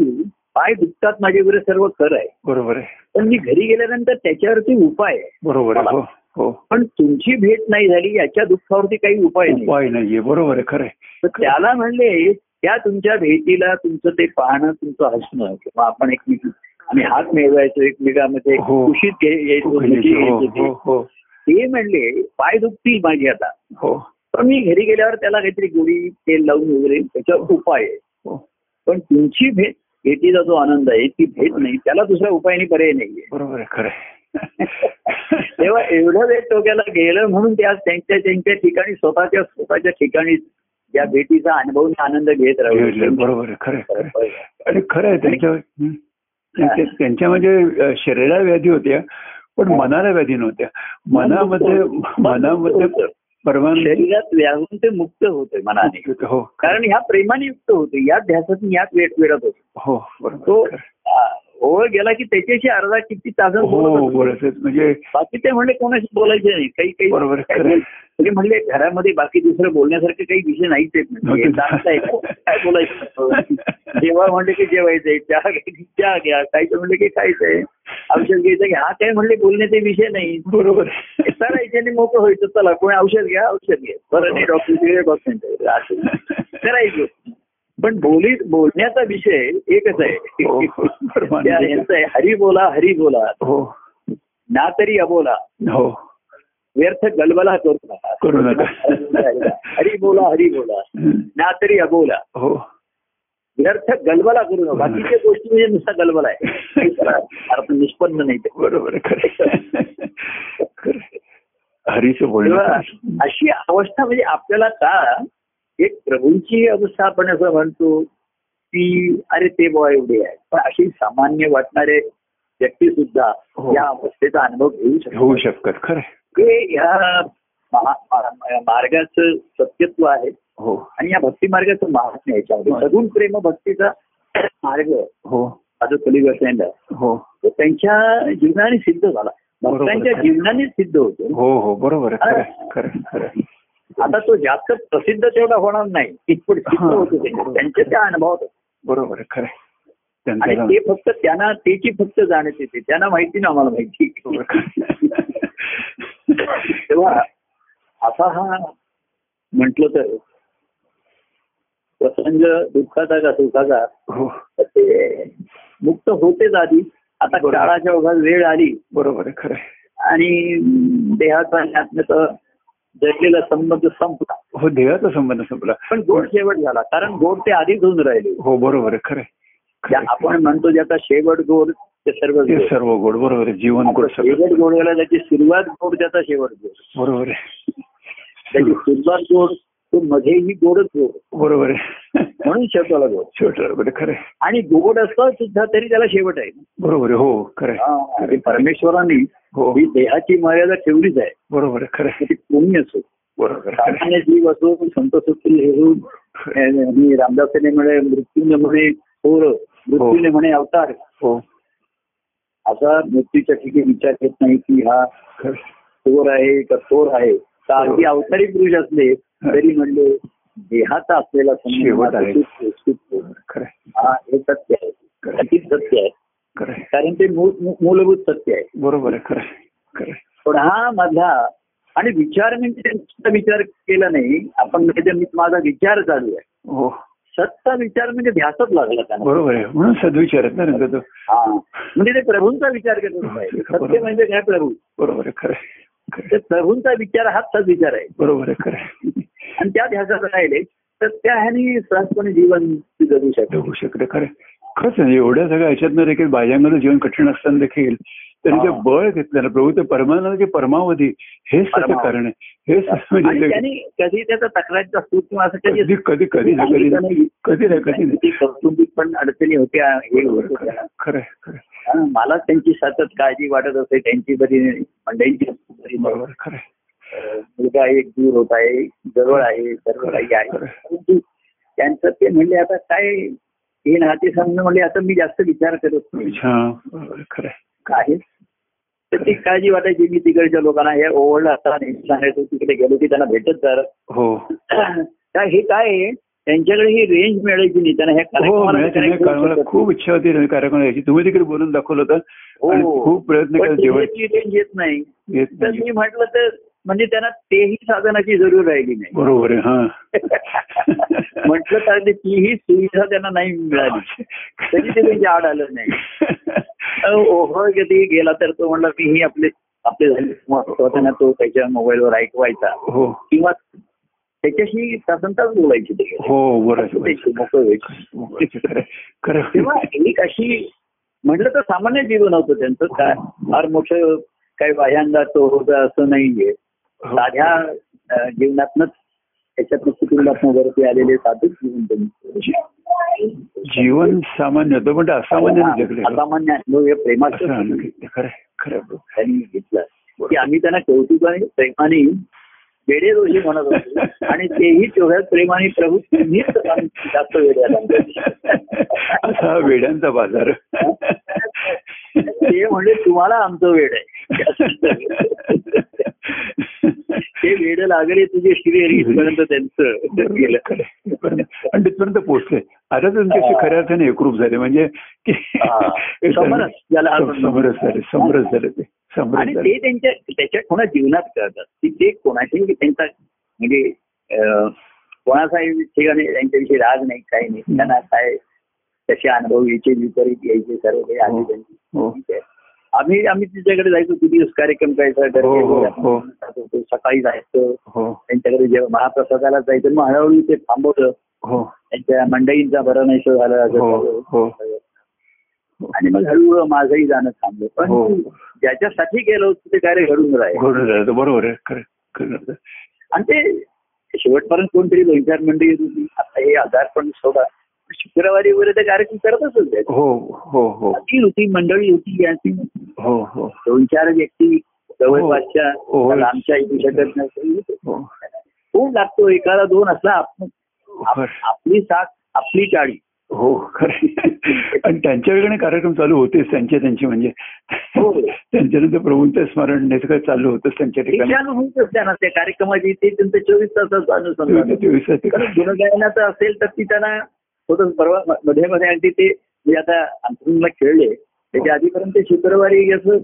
Speaker 2: पाय दुखतात माझे वगैरे सर्व खरं आहे
Speaker 1: बरोबर आहे
Speaker 2: पण मी घरी गेल्यानंतर त्याच्यावरती उपाय आहे
Speaker 1: बरोबर आहे हो हो
Speaker 2: पण तुमची भेट नाही झाली याच्या दुःखावरती काही उपाय नाही
Speaker 1: उपाय नाहीये बरोबर आहे खरं आहे.
Speaker 2: तर त्याला म्हणले त्या तुमच्या भेटीला तुमचं ते पाहणं तुमचं हसणं किंवा आपण एकमेकी आम्ही हात मिळवायचो एकमेकांमध्ये
Speaker 1: हो.
Speaker 2: खुशीत घे- यायचो खुशी
Speaker 1: हो
Speaker 2: यायची
Speaker 1: हो
Speaker 2: ती.
Speaker 1: हो
Speaker 2: ते म्हणले पाय दुखतील माझी आता
Speaker 1: हो
Speaker 2: पण मी घरी गेल्यावर त्याला काहीतरी गोळी तेल लावून वगैरे त्याच्यावर उपाय आहे
Speaker 1: हो
Speaker 2: पण तुमची भेट भेटीचा जो आनंद आहे ती भेट नाही त्याला दुसऱ्या उपायाने पर्याय नाहीये
Speaker 1: बरोबर आहे खरं आहे.
Speaker 2: तेव्हा एवढं वेळ टोक्याला गेलं म्हणून ते आज त्यांच्या त्यांच्या ठिकाणी स्वतःच्या स्वतःच्या ठिकाणी या भेटीचा अनुभव आणि आनंद घेत
Speaker 1: भेटलं,
Speaker 2: राहू
Speaker 1: बरोबर आहे खरं आहे, खरं आहे. आणि खरं आहे त्यांच्या हं. त्यांच्या
Speaker 2: हा.
Speaker 1: त्यांच्या म्हणजे अ, शरीराला व्याधी होत्या पण
Speaker 2: हा.
Speaker 1: मनाला व्याधी नव्हत्या मनामध्ये मनामध्ये परवानगी
Speaker 2: शरीरात व्याहून ते मुक्त होते मनाने
Speaker 1: हो
Speaker 2: कारण ह्या प्रेमाने युक्त होते या ध्यासातून यात वेळ वेळत होते
Speaker 1: हो बरोबर
Speaker 2: तो
Speaker 1: आहे, खरं आहे.
Speaker 2: आ, ओळ गेला की त्याच्याशी अर्धा किती तास
Speaker 1: हो बोलत आहेत. म्हणजे
Speaker 2: बाकी ते म्हणले कोणाशी बोलायचे नाही काही काही
Speaker 1: बरोबर आहे,
Speaker 2: काही
Speaker 1: खरं आहे.
Speaker 2: बोल- म्हणजे म्हणले घरामध्ये बाकी दुसरं बोलण्यासारखे काही विषय नाहीच आहेत म्हणजे
Speaker 1: नव्हते.
Speaker 2: चालतंय. काय बोलायचं जेव्हा म्हणले की जेवायचंय चहा घ्यायची चहा घ्या खायचं म्हणले की खायचंय औषध घ्यायचं घ्या हा काय म्हणले बोलण्याचे विषय नाही
Speaker 1: बरोबर आहे.
Speaker 2: करायच्याने मोकळं व्हायचं चला कोणी औषध घ्या औषध घ्या बरं नाही डॉक्टर डॉक्टर असं करायचं पण बोली बोलण्याचा विषय एकच
Speaker 1: हो,
Speaker 2: आहे
Speaker 1: हो, परवानगी.
Speaker 2: त्या यांचं आहे हरी बोला हरी बोला
Speaker 1: हो
Speaker 2: ना तरी अबोला
Speaker 1: हो
Speaker 2: व्यर्थ गलबला करू नका
Speaker 1: करू नका.
Speaker 2: हरी बोला हरी बोला
Speaker 1: हं.
Speaker 2: ना तरी अबोला
Speaker 1: हो
Speaker 2: व्यर्थ गलबला करू नका बाकीच्या गोष्टी म्हणजे नुसता गलबला आहे काही त्याला अर्थ निष्पन्न नाही ते.
Speaker 1: बरोबर आहे, खरं आहे. खरं आहे. हरीचं
Speaker 2: तेव्हा
Speaker 1: बोलणं
Speaker 2: अशी अवस्था म्हणजे आपल्याला का एक प्रभूंची अवस्था आपण असं म्हणतो की अरे ते बॉ एवढे आहे पण अशी सामान्य वाटणारे व्यक्ती सुद्धा
Speaker 1: हो.
Speaker 2: या अवस्थेचा अनुभव घेऊ शकतो
Speaker 1: होऊ शकतात खरं आहे.
Speaker 2: हे ह्या महा- मा- मार्गाचं सत्यत्व आहे
Speaker 1: हो
Speaker 2: आणि या भक्ती मार्गाचं महात्म्य याच्यामध्ये सगुण प्रेम भक्तीचा मार्ग
Speaker 1: हो
Speaker 2: आता पलीकडे सैन्य
Speaker 1: हो
Speaker 2: तो त्यांच्या जीवनाने सिद्ध झाला
Speaker 1: बरोबर.
Speaker 2: भक्तांच्या जीवनाने सिद्ध होतो
Speaker 1: हो हो बरोबर आहे खरं खरं खरं
Speaker 2: आता तो जास्त प्रसिद्ध तेवढा होणार नाही इतपत सिद्ध
Speaker 1: हा.
Speaker 2: होतो त्याच्यात. त्यांच्या त्या अनुभवात
Speaker 1: बरोबर आहे खरं
Speaker 2: आणि
Speaker 1: त्यांचा
Speaker 2: ते फक्त त्यांना त्याची फक्त जाणत येते त्यांना माहिती ना आम्हाला माहिती तेव्हा असा हा म्हंटल तर प्रसंग दुःखाचा का सुखाचा
Speaker 1: हो
Speaker 2: तर ते मुक्त होतेच आधी आता
Speaker 1: बरोबर.
Speaker 2: काळाच्या ओघात वेळ आली
Speaker 1: बरोबर आहे खरं आहे.
Speaker 2: आणि देहाचा आणि आत्म्याचा जडलेला संबंध संपला
Speaker 1: हो देवाचा संबंध संपला
Speaker 2: पण गोड शेवट झाला कारण गोड ते आधीच होऊन राहिले
Speaker 1: हो बरोबर आहे खरं आहे.
Speaker 2: ज्या
Speaker 1: खरं आहे.
Speaker 2: आपण म्हणतो ज्याचा शेवट गोड ते सर्व
Speaker 1: ते
Speaker 2: गोड.
Speaker 1: सर्व गोड बरोबर आहे जीवन
Speaker 2: आता
Speaker 1: गोड सगळं
Speaker 2: शेवट गोड झाला त्याची सुरुवात गोड त्याचा शेवट गोड
Speaker 1: बरोबर आहे
Speaker 2: त्याची सुरुवात गोड तो मध्येही गोडच गोड
Speaker 1: बरोबर आहे
Speaker 2: म्हणून शेवटाला गोड
Speaker 1: शेवट बरोबर आहे, खरं आहे.
Speaker 2: आणि गोड असता सुद्धा तरी त्याला शेवट आहे
Speaker 1: बरोबर आहे हो खरं आहे.
Speaker 2: हा, ते परमेश्वराने
Speaker 1: हो
Speaker 2: ही देहाची मर्यादा ठेवलीच आहे
Speaker 1: बरोबर आहे खरं आहे.
Speaker 2: मग ती कोणी असो
Speaker 1: बरोबर आहे, खरं आहे.
Speaker 2: सामान्य जीव असो संत सुखी हेरून आणि रामदासाने म्हणे मृत्यूने म्हणे थोर मृत्यूने म्हणे अवतार
Speaker 1: हो
Speaker 2: असा मृत्यूच्या ठिकाणी विचार घेत नाही की हा
Speaker 1: खरं आहे.
Speaker 2: थोर आहे का थोर आहे का
Speaker 1: हो.
Speaker 2: अगदी अवतारी पुरुष असले तरी म्हणले देहाचा असलेला संबंध
Speaker 1: शेवट आहे.
Speaker 2: सुख आहे, सुख आहे.
Speaker 1: खरं आहे,
Speaker 2: हा हे सत्य आहे
Speaker 1: खरं.
Speaker 2: कथित सत्य आहे
Speaker 1: खरं आहे.
Speaker 2: कारण ते मूळ- मूळ- मूलभूत सत्य आहे
Speaker 1: बरोबर आहे खरं आहे. खरं आहे.
Speaker 2: पण हा मधला आणि विचार म्हणजे नुसता विचार केला नाही आपण म्हणजे मी माझा विचार चालू आहे
Speaker 1: हो
Speaker 2: सत्ता विचार म्हणजे ध्यासच लागला त्यांना
Speaker 1: बरोबर आहे म्हणून सद्विचार आहेत ना नंतर तो.
Speaker 2: हा. म्हणजे ते प्रभूंचा विचार करत पाहिजे सत्य म्हणजे काय प्रभू
Speaker 1: बरोबर आहे खरं आहे. खरं आहे.
Speaker 2: तर प्रभूंचा विचार हाच सद विचार आहे
Speaker 1: बरोबर आहे खरं आहे.
Speaker 2: आणि त्या ध्यासात राहिले तर त्या ह्याने सहजपणे जीवन जगू शकतो
Speaker 1: जगू शकते खरं आहे. खरंच आहे, एवढ्या सगळ्या ह्याच्यातनं देखील बाह्यांगाचं जीवन कठीण असताना देखील त्यांनी जे
Speaker 2: हा.
Speaker 1: बळ घेतलं ना प्रभू ते परमानाचे परमावधी हेच त्याचं
Speaker 2: परमावधी.
Speaker 1: कारण आहे हेच
Speaker 2: आणि
Speaker 1: म्हणजे
Speaker 2: त्यांनी कधी त्याचा तक्रारीचा सूट किंवा असं कधी
Speaker 1: कधी कधी कधी नाही, कधी नाही. कधी नाही कधी नाही
Speaker 2: ती कौटुंबिक पण अडचणी होत्या हे होत
Speaker 1: बरोबर
Speaker 2: होत्या.
Speaker 1: खरं खरं आहे, खरं आहे.
Speaker 2: हा, मला त्यांची सतत काळजी वाटत असते त्यांची बरी मंडळींची बरी
Speaker 1: बरोबर खरं आहे.
Speaker 2: अं, मुलगा एक दूर होत आहे जवळ आहे सर्व काही आहे
Speaker 1: खरं.
Speaker 2: परंतु त्यांचं ते म्हणले आता काय हे नाते समजून म्हणले आता मी जास्त विचार करत नाही
Speaker 1: अच्छा बरोबर आहे, खरं आहे.
Speaker 2: आहे तर ती काळजी वाटायची मी तिकडच्या लोकांना हे ओवळलं आता नाही सांगायचं तिकडे गेलो की त्यांना भेटत तर
Speaker 1: हो
Speaker 2: काय हे काय आहे? त्यांच्याकडे ही रेंज मिळायची नाही त्यांना ह्या
Speaker 1: हो
Speaker 2: कार्यक्रमाला
Speaker 1: मिळायचं नाही
Speaker 2: connect
Speaker 1: कारण
Speaker 2: होऊ
Speaker 1: मला
Speaker 2: शकत
Speaker 1: खूप इच्छा होती रे कार्यक्रम यायची तुम्ही देखील बोलून दाखवलं
Speaker 2: हो.
Speaker 1: होतं आणि खूप प्रयत्न
Speaker 2: पण
Speaker 1: केला जेवण
Speaker 2: तिकडे ती रेंज येत नाही
Speaker 1: येत
Speaker 2: तर
Speaker 1: नाही
Speaker 2: मी म्हटलं तर म्हणजे त्यांना तेही साधनाची जरूर राहिली नाही
Speaker 1: बरोबर आहे हा
Speaker 2: म्हटलं तर ते तीही सुविधा त्यांना नाही मिळाली तरी ते त्यांच्या आड आलं नाही ओव्हर कधी गेला तर तो म्हणला मी ही आपले आपले झाले स्वतःना तो त्याच्या मोबाईलवर ऐकवायचा
Speaker 1: हो
Speaker 2: किंवा त्याच्याशी तासन तास बोलायची ते
Speaker 1: हो बरोबर
Speaker 2: त्याची मोकळं व्हायची.
Speaker 1: खरं आहे, खरं आहे.
Speaker 2: तेव्हा एक अशी म्हटलं तर सामान्य जीवन होतं त्यांचं काय फार मोठं काही बाह्यांदा तो होता असं नाहीये
Speaker 1: हो.
Speaker 2: साध्या अ, जीवनातनच त्याच्यातनं कुटुंबातनं वरती आलेले साधूच जीवन त्यांचं.
Speaker 1: जीवन सामान्य होतं पण ते असामान्य नाही जगले
Speaker 2: असामान्य अनुभव हे
Speaker 1: असं
Speaker 2: प्रेमाचं
Speaker 1: अनुभव घेतले. खरं आहे, खरं आहे.
Speaker 2: त्यांनी घेतला की आम्ही त्यांना कौतुकाने प्रेमाने वेडे दोषी म्हणत होतो आणि तेही तेवढ्याच प्रेमाने प्रभू तुम्हीच आम्ही जास्त वेडे आला
Speaker 1: असा वेड्यांचा बाजार
Speaker 2: ते म्हणजे तुम्हाला आमचं वेड आहे ते वेड लागले तुझे श्री इथपर्यंत त्यांचं गेलं
Speaker 1: खरं आहे. पण- आणि तिथपर्यंत पोहोचले आता तुमच्याशी खऱ्या अर्थाने एकरूप झाले म्हणजे की- हो,
Speaker 2: हा. समरस ज्याला आपण म्हणतो.
Speaker 1: समरस झाले समरस झाले ते
Speaker 2: आणि
Speaker 1: समरस
Speaker 2: ते
Speaker 1: झाले
Speaker 2: त्यांच्या त्याच्या कोणा जीवनात करतात की ते कोणाशी त्यांचा म्हणजे अं, कोणाचाही ठिकाणी त्यांच्याविषयी राग नाही काही नाही त्यांना काय तसे अनुभव यायचे विपरीत यायचे सर्व काही आम्ही
Speaker 1: हो. हो.
Speaker 2: त्यांची आम्ही आम्ही तिच्याकडे जायचो किती दिवस कार्यक्रम करायचा घरचे
Speaker 1: हो, हो,
Speaker 2: वगैरे
Speaker 1: हो.
Speaker 2: जात होतो. सकाळी जायचं
Speaker 1: हो
Speaker 2: त्यांच्याकडे जेव्हा महाप्रसादाला जायचं मग हळूहळू ते थांबवलं
Speaker 1: हो
Speaker 2: त्यांच्या मंडळींचा बरा नाही झाला असं
Speaker 1: हो,
Speaker 2: झालं.
Speaker 1: हो.
Speaker 2: आणि मग हळूहळू माझंही जाणं थांबलं
Speaker 1: हो.
Speaker 2: पण ज्याच्यासाठी गेलो होतो ते कार्य घडून राहील
Speaker 1: घडून राहिलं बरोबर आहे खरं खरं आहे. हो.
Speaker 2: आणि ते शेवटपर्यंत कोणतरी दोन चार मंडळी येत होती आता हे आजार पण सोडा शुक्रवारी वगैरे ते कार्यक्रम करतच होते
Speaker 1: हो हो हो
Speaker 2: ती होती मंडळी होती यांची
Speaker 1: हो हो
Speaker 2: दोन चार व्यक्ती जवळपासच्या
Speaker 1: हो. हो.
Speaker 2: आमच्या ऐकू शकत नाही
Speaker 1: हो
Speaker 2: कोण लागतो एकाला दोन असला आपण-
Speaker 1: खरं
Speaker 2: आपली साथ आपली चाळी
Speaker 1: हो खरं आणि त्यांच्या वेगाने कार्यक्रम चालू होतेच त्यांचे त्यांचे म्हणजे
Speaker 2: हो.
Speaker 1: त्यांच्यानंतर प्रभूंचं स्मरण हे सगळं चालू होतंच त्यांच्या
Speaker 2: ते
Speaker 1: ठिकाणी
Speaker 2: चालू होत असताना त्या कार्यक्रमाची ते त्यांचं चोवीस तासाचं अनुसंधान
Speaker 1: चोवीस-
Speaker 2: आहे.
Speaker 1: चोवीस तास ते
Speaker 2: कारण
Speaker 1: कार्यक्रम.
Speaker 2: गुणगायनाचं असेल तर ती त्यांना थोडं परवा म- मध्ये मध्ये अगदी ते मी आता अंतरुणला खेळले
Speaker 1: हो.
Speaker 2: त्याच्या आधीपर्यंत शुक्रवारी असं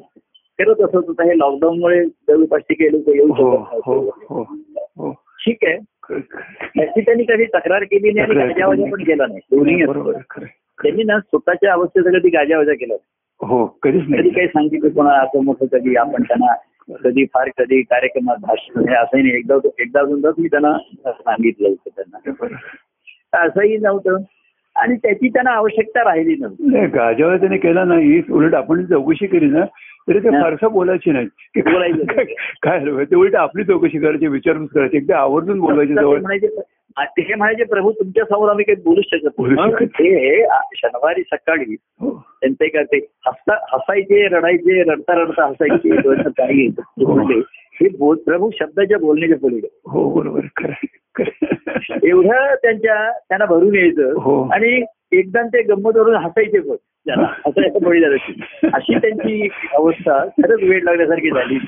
Speaker 2: करत असत होतं हे लॉकडाऊनमुळे जवळपास गेले तर येऊ
Speaker 1: हो
Speaker 2: शकत
Speaker 1: हो
Speaker 2: नव्हते.
Speaker 1: हो हो
Speaker 2: ठीक आहे
Speaker 1: खरं- खरं.
Speaker 2: त्याची त्यांनी कधी तक्रार केली नाही आणि
Speaker 1: तक्रार
Speaker 2: गाजावाजा
Speaker 1: केली
Speaker 2: पण केला नाही दोन्ही
Speaker 1: बरोबर
Speaker 2: असतं.
Speaker 1: आहे, खरं आहे.
Speaker 2: त्यांनी ना स्वतःच्या अवस्थेत कधी गाजावाजा केला नाही.
Speaker 1: हो कधीच
Speaker 2: कधी
Speaker 1: नाही
Speaker 2: काही सांगितलं कोणाला असं मोठं कधी आपण त्यांना कधी फार कधी कार्यक्रमात भाषण हे असंही नाही एकदा एकदा दोनदाच मी त्यांना सांगितलं होतं त्यांना
Speaker 1: बरं.
Speaker 2: असंही नव्हतं आणि त्याची त्यांना आवश्यकता राहिली नव्हती
Speaker 1: नाही गाजावर त्याने केला नाही उलट आपण चौकशी केली ना तरी ते
Speaker 2: हा.
Speaker 1: फारसं बोलायची नाही की
Speaker 2: बोलायचं
Speaker 1: काय काय हरवं? ते उलट आपली चौकशी करायची विचारपूस करायची एकदा आवर्जून बोलायची
Speaker 2: तर ते
Speaker 1: जवळ
Speaker 2: म्हणायचे आ- ते म्हणायचे प्रभू तुमच्या समोर आम्ही काही बोलू शकत
Speaker 1: बोलू
Speaker 2: नाही." मग
Speaker 1: शकत
Speaker 2: ते आ- शनिवारी सकाळी
Speaker 1: हो
Speaker 2: त्यांचे काय ते हसता हसायचे रडायचे रडता रडता हसायचे डोळ्यात काही येत नाही.
Speaker 1: हो.
Speaker 2: म्हणजे हे बोल प्रभू शब्दाच्या बोलण्याच्या पलीकडे
Speaker 1: हो बरोबर खरं आहे, खरं आहे.
Speaker 2: एवढं त्यांच्या त्यांना भरून
Speaker 1: हो.
Speaker 2: यायचं आणि एकदा ते गंमत वरून हसायचे पण त्यांना हसायचं बळी झालं अशी त्यांची अवस्था खरंच वेळ लागण्यासारखी झाली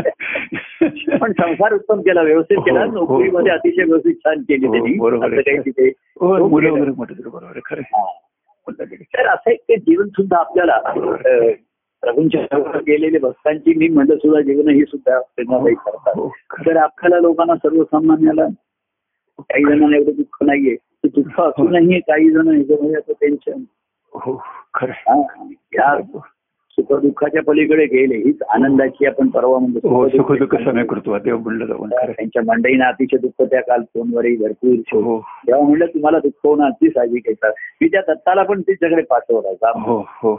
Speaker 2: पण संसार उत्तम केला व्यवस्थित
Speaker 1: हो,
Speaker 2: केला
Speaker 1: हो,
Speaker 2: नोकरीमध्ये
Speaker 1: हो.
Speaker 2: अतिशय व्यवस्थित छान केली
Speaker 1: हो,
Speaker 2: त्यांनी
Speaker 1: बरोबर आहे.
Speaker 2: असं काही तिथे
Speaker 1: हो
Speaker 2: तो
Speaker 1: मुलं
Speaker 2: केला.
Speaker 1: वगैरे म्हटलं तरी बरोबर आहे, खरं आहे.
Speaker 2: हा. तर असं एक ते जीवन सुद्धा आपल्याला अ, प्रभूंच्या जवळ गेलेले भक्तांची मी म्हणलं सुद्धा जीवन ही सुद्धा प्रेरणादायी करतात
Speaker 1: हो, खरं.
Speaker 2: तर आपल्याला लोकांना सर्वसामान्याला काही जणांना एवढं दुःख नाहीये ते दुःख असूनही काही जण ह्याच्यामध्ये असं टेन्शन
Speaker 1: हो खरं आहे.
Speaker 2: या सुखदुःखाच्या पलीकडे गेले हीच आनंदाची आपण परवा म्हणतो
Speaker 1: हो सुख दुःख
Speaker 2: सुखदुःख
Speaker 1: समय करतो आता तेव्हा म्हणलं जाऊन खरं आहे.
Speaker 2: त्यांच्या मंडईनं अतिशय दुःख त्या काल फोनवरही भरपूर शोध
Speaker 1: हो
Speaker 2: तेव्हा म्हणलं तुम्हाला दुःख होणं अगदी साहजिक आहे मी त्या दत्ताला पण तिच्याकडे पाठवला
Speaker 1: हो हो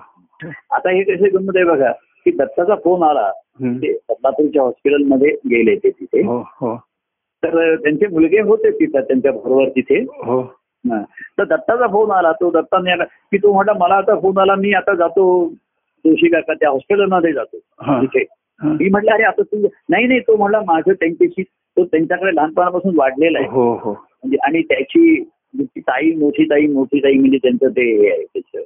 Speaker 2: आता हे कसे गंमत आहे बघा की दत्ताचा फोन आला
Speaker 1: हम्म.
Speaker 2: ते बदलापूरच्या हॉस्पिटलमध्ये गेले ते तिथे
Speaker 1: हो हो
Speaker 2: तर त्यांचे मुलगे होते तिथं त्यांच्या बरोबर तिथे
Speaker 1: हो
Speaker 2: हं. तर दत्ताचा फोन आला तो दत्ताने आला की तो म्हटला मला आता फोन आला मी आता जातो जोशी काका त्या हॉस्पिटलमध्ये जातो
Speaker 1: हा.
Speaker 2: तिथे
Speaker 1: हा.
Speaker 2: मी म्हटलं अरे आता तू नाही नाही तो म्हटला माझं त्यांच्याशी तो त्यांच्याकडे लहानपणापासून वाढलेला आहे
Speaker 1: हो हो
Speaker 2: म्हणजे आणि त्याची ती ताई मोठी ताई मोठी ताई म्हणजे त्यांचं ते हे आहे त्याचं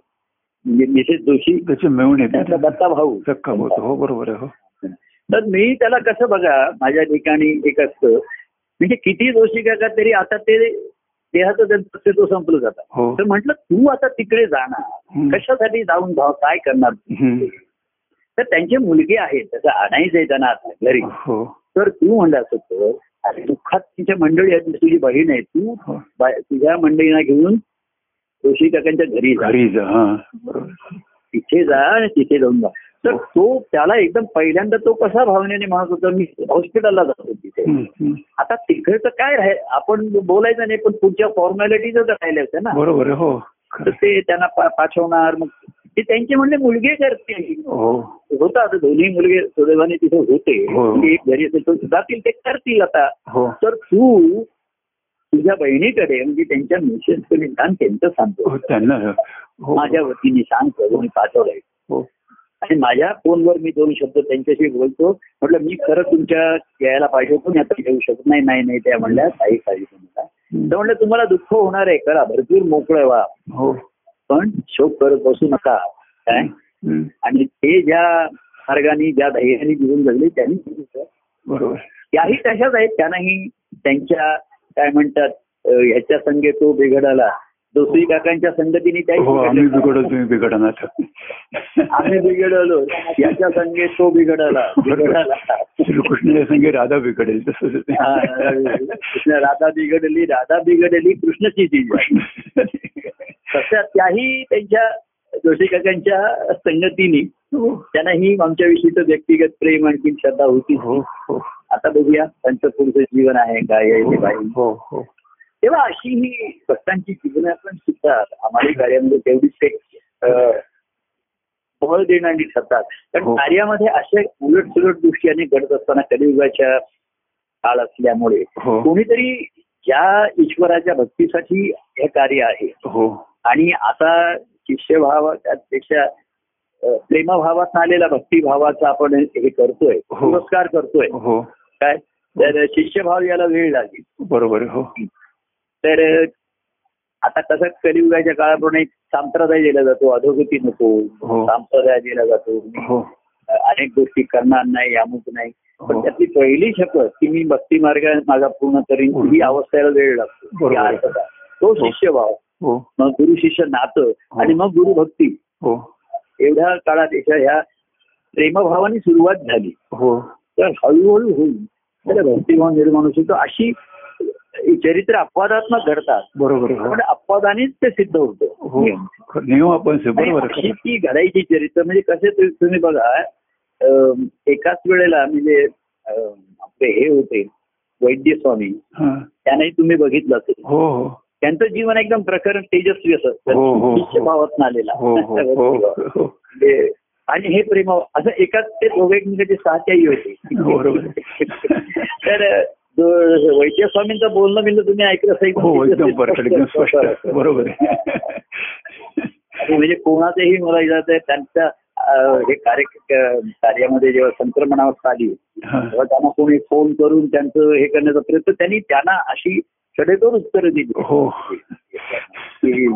Speaker 2: म्हणजे मिसेस जोशी
Speaker 1: त्याचे मिळून
Speaker 2: त्यांचा
Speaker 1: येते
Speaker 2: दत्ता भाऊ
Speaker 1: सक्का होतो हो बरोबर आहे हो
Speaker 2: तर मी त्याला कसं बघा माझ्या ठिकाणी एक असतं म्हणजे किती दोषी काका तरी आता ते देहाचं त्यांचं अस्तित्व संपलं जातं
Speaker 1: हो
Speaker 2: तर म्हटलं तू आता तिकडे जाणार
Speaker 1: हम्म.
Speaker 2: कशासाठी जाऊन भाव काय करणार तू?
Speaker 1: हम्म.
Speaker 2: तर त्यांचे मुलगे आहेत त्याचं आणायचं आहे त्यांना आता घरी
Speaker 1: हो
Speaker 2: तर तू म्हणलं असं कर, अरे दुःखात तिच्या मंडळी आहेत तुझी बहीण आहे तू
Speaker 1: हो
Speaker 2: बा- तुझ्या मंडळींना घेऊन दोषी काकांच्या घरी जा
Speaker 1: घरी जा हा बरोबर
Speaker 2: तिथे जा आणि तिथे जाऊन जा तर तो त्याला एकदम पहिल्यांदा तो कसा भावनेने म्हणत होता मी हॉस्पिटलला जातो तिथे
Speaker 1: हम्म, हम्म.
Speaker 2: आता तिकडचं काय राहील आपण बोलायचं नाही पण पुढच्या फॉर्मॅलिटीज राहिल्या होत्या ना
Speaker 1: बरोबर आहे हो
Speaker 2: तर
Speaker 1: खरं
Speaker 2: ते त्यांना पा- पाठवणार मग ते त्यांचे म्हणले मुलगे करते
Speaker 1: हो
Speaker 2: होता आता दोन्ही मुलगे सुदैवाने तिथे होते
Speaker 1: हो.
Speaker 2: म्हणजे एक घरी असेल तो जातील ते करतील आता
Speaker 1: हो
Speaker 2: तर तू तुझ्या बहिणीकडे म्हणजे त्यांच्या मिसेसकडे निदान त्यांचं सांगतो
Speaker 1: हो त्यांना हो
Speaker 2: माझ्या वतीने सांग प्रभू, मी पाठवलंय
Speaker 1: हो
Speaker 2: आणि माझ्या फोनवर मी दोन शब्द त्यांच्याशी बोलतो म्हटलं मी खरं तुमच्या यायला पाहिजे होतो मी आता येऊ शकत नाही नाही नाही त्या म्हणल्या काही काही तुम्हाला तर म्हणलं तुम्हाला दुःख होणार आहे करा भरपूर मोकळं व्हा
Speaker 1: हो
Speaker 2: पण शोक करत बसू नका काय
Speaker 1: हम्म.
Speaker 2: आणि ते ज्या मार्गाने ज्या धैर्याने जीवन जगले त्यांनी सांगितलं.
Speaker 1: बरोबर
Speaker 2: त्याही तशाच आहेत त्यांनाही त्यांच्या काय म्हणतात अ, ह्याच्या संगे तो बिघडाला दुसरी काकांच्या संगतीने त्याही
Speaker 1: हो आम्ही
Speaker 2: बिघडला.
Speaker 1: बिघडलो तुम्ही बिघडणार
Speaker 2: आम्ही बिघडलो याच्या संगे तो बिघडला बिघडला
Speaker 1: श्रीकृष्णाच्या संगे राधा बिघडेल तसंच आहे.
Speaker 2: हा, कृष्ण राधा बिघडली राधा बिघडली कृष्णची जीव तशा त्याही त्यांच्या जोशी काकांच्या संगतीने
Speaker 1: हो
Speaker 2: त्यांनाही आमच्याविषयीचं व्यक्तिगत प्रेम आणखी श्रद्धा होती
Speaker 1: हो हो
Speaker 2: आता बघूया त्यांचं पुढचं जीवन आहे काय आहे ते पाहिजे
Speaker 1: हो हो
Speaker 2: तेव्हा अशी ही भक्तांची जीवन पण सुद्धा आम्हाला कार्यामध्ये तेवढीच एक अ, बळ देणारी ठरतात कारण
Speaker 1: हो.
Speaker 2: कार्यामध्ये अशा उलट सुलट गोष्टी अनेक घडत असताना कलियुगाच्या काळ असल्यामुळे
Speaker 1: हो.
Speaker 2: कोणीतरी ज्या ईश्वराच्या भक्तीसाठी हे कार्य आहे
Speaker 1: हो
Speaker 2: आणि आता शिष्यभावापेक्षा अ, प्रेमभावात आलेला भक्तिभावाचा आपण हे करतोय
Speaker 1: हो.
Speaker 2: पुरस्कार करतोय
Speaker 1: हो
Speaker 2: काय तर शिष्यभाव याला वेळ लागेल
Speaker 1: बरोबर आहे, हो
Speaker 2: तर आता कसं कलियुगाच्या काळाप्रमाणे एक सांप्रदाय दिला जातो अधोगती नको
Speaker 1: हो.
Speaker 2: सांप्रदाय दिला जातो
Speaker 1: हो
Speaker 2: अनेक गोष्टी करणार नाही अमुक नाही पण
Speaker 1: हो.
Speaker 2: त्यातली पहिली शपथ की मी भक्ती मार्ग माझा पूर्ण करीन
Speaker 1: पूर्ण.
Speaker 2: ही अवस्थेला वेळ लागतो
Speaker 1: हो. बरोबर.
Speaker 2: या अर्थाचा. तो
Speaker 1: हो.
Speaker 2: शिष्य भाव
Speaker 1: हो
Speaker 2: मग गुरु शिष्य नातं आणि मग गुरु भक्ती
Speaker 1: हो
Speaker 2: एवढ्या काळात याच्या ह्या प्रेमभावाने सुरुवात झाली
Speaker 1: हो
Speaker 2: तर हळूहळू होईल त्याला भक्तिभाव निर्माण होऊ शकतो अशी चरित्र अपवादात्मक घडतात
Speaker 1: बरोबर आहे,
Speaker 2: पण अपवादानेच ते सिद्ध
Speaker 1: हो.
Speaker 2: होतं
Speaker 1: हो ख- नियम आपण से-
Speaker 2: आणि
Speaker 1: बरोबर आहे.
Speaker 2: अशी ती घडायची चरित्र म्हणजे कसे ते तुम्ही बघा अं, एकाच वेळेला म्हणजे अं, आपले हे होते वैद्य स्वामी
Speaker 1: हा.
Speaker 2: त्यांनाही तुम्ही बघितलं असेल
Speaker 1: हो हो
Speaker 2: त्यांचं जीवन एकदम प्रकरण तेजस्वी असत
Speaker 1: हो, हो, हो.
Speaker 2: भावात आलेला
Speaker 1: हो हो हो हो
Speaker 2: म्हणजे आणि हे प्रेम असं एकाच ते दोघे एकमेकांचे साथ्याही
Speaker 1: बरोबर.
Speaker 2: होते तर जो वैद्य स्वामींचं बोलणं बिलणं तुम्ही ऐकलं असेल
Speaker 1: हो एकदम परफेक्ट एकदम स्पष्ट बरोबर आहे
Speaker 2: आणि म्हणजे कोणाचेही मला इजात आहे त्यांच्या अं, हे कार्य क- कार्यामध्ये जेव्हा संक्रमणावस्था आली
Speaker 1: हा.
Speaker 2: तेव्हा त्यांना कोणी फोन करून त्यांचं हे करण्याचा प्रयत्न त्यांनी त्यांना अशी सडेतोड उत्तरं दिली
Speaker 1: हो
Speaker 2: की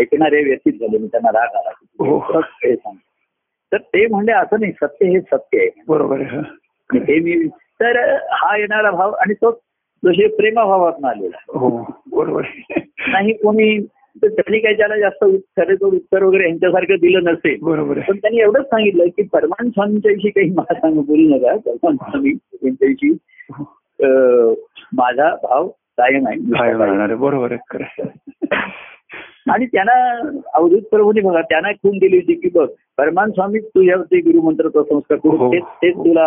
Speaker 2: ऐकणारे व्यतीत झाले मी त्यांना राग आला
Speaker 1: हो.
Speaker 2: हे सांग. तर ते म्हणजे असं नाही सत्य हे सत्य आहे
Speaker 1: बरोबर आहे हा.
Speaker 2: आणि हे मी तर हा येणारा भाव आणि तो जसे प्रेमाभावात आलेला
Speaker 1: हो बरोबर आहे.
Speaker 2: नाही कोणी तर त्यांनी काही त्याला जास्त खरेदीवर उत्तर वगैरे यांच्यासारखं दिलं नसेल
Speaker 1: बरोबर आहे
Speaker 2: पण त्यांनी एवढंच सांगितलं की परमान स्वामींच्या विषयी काही मला सांग बोलू नका परमान स्वामी यांच्याविषयी
Speaker 1: हो,
Speaker 2: अं, माझा भाव कायम
Speaker 1: काय
Speaker 2: आहे
Speaker 1: राहणार आहे बरोबर आहे खरं आहे.
Speaker 2: आणि त्यांना अवधूत प्रभूने बघा त्यांना खून दिली होती की बघ परमान स्वामी तुझ्यावरती गुरुमंत्राचा संस्कार करू
Speaker 1: हो.
Speaker 2: तेच तेच तुला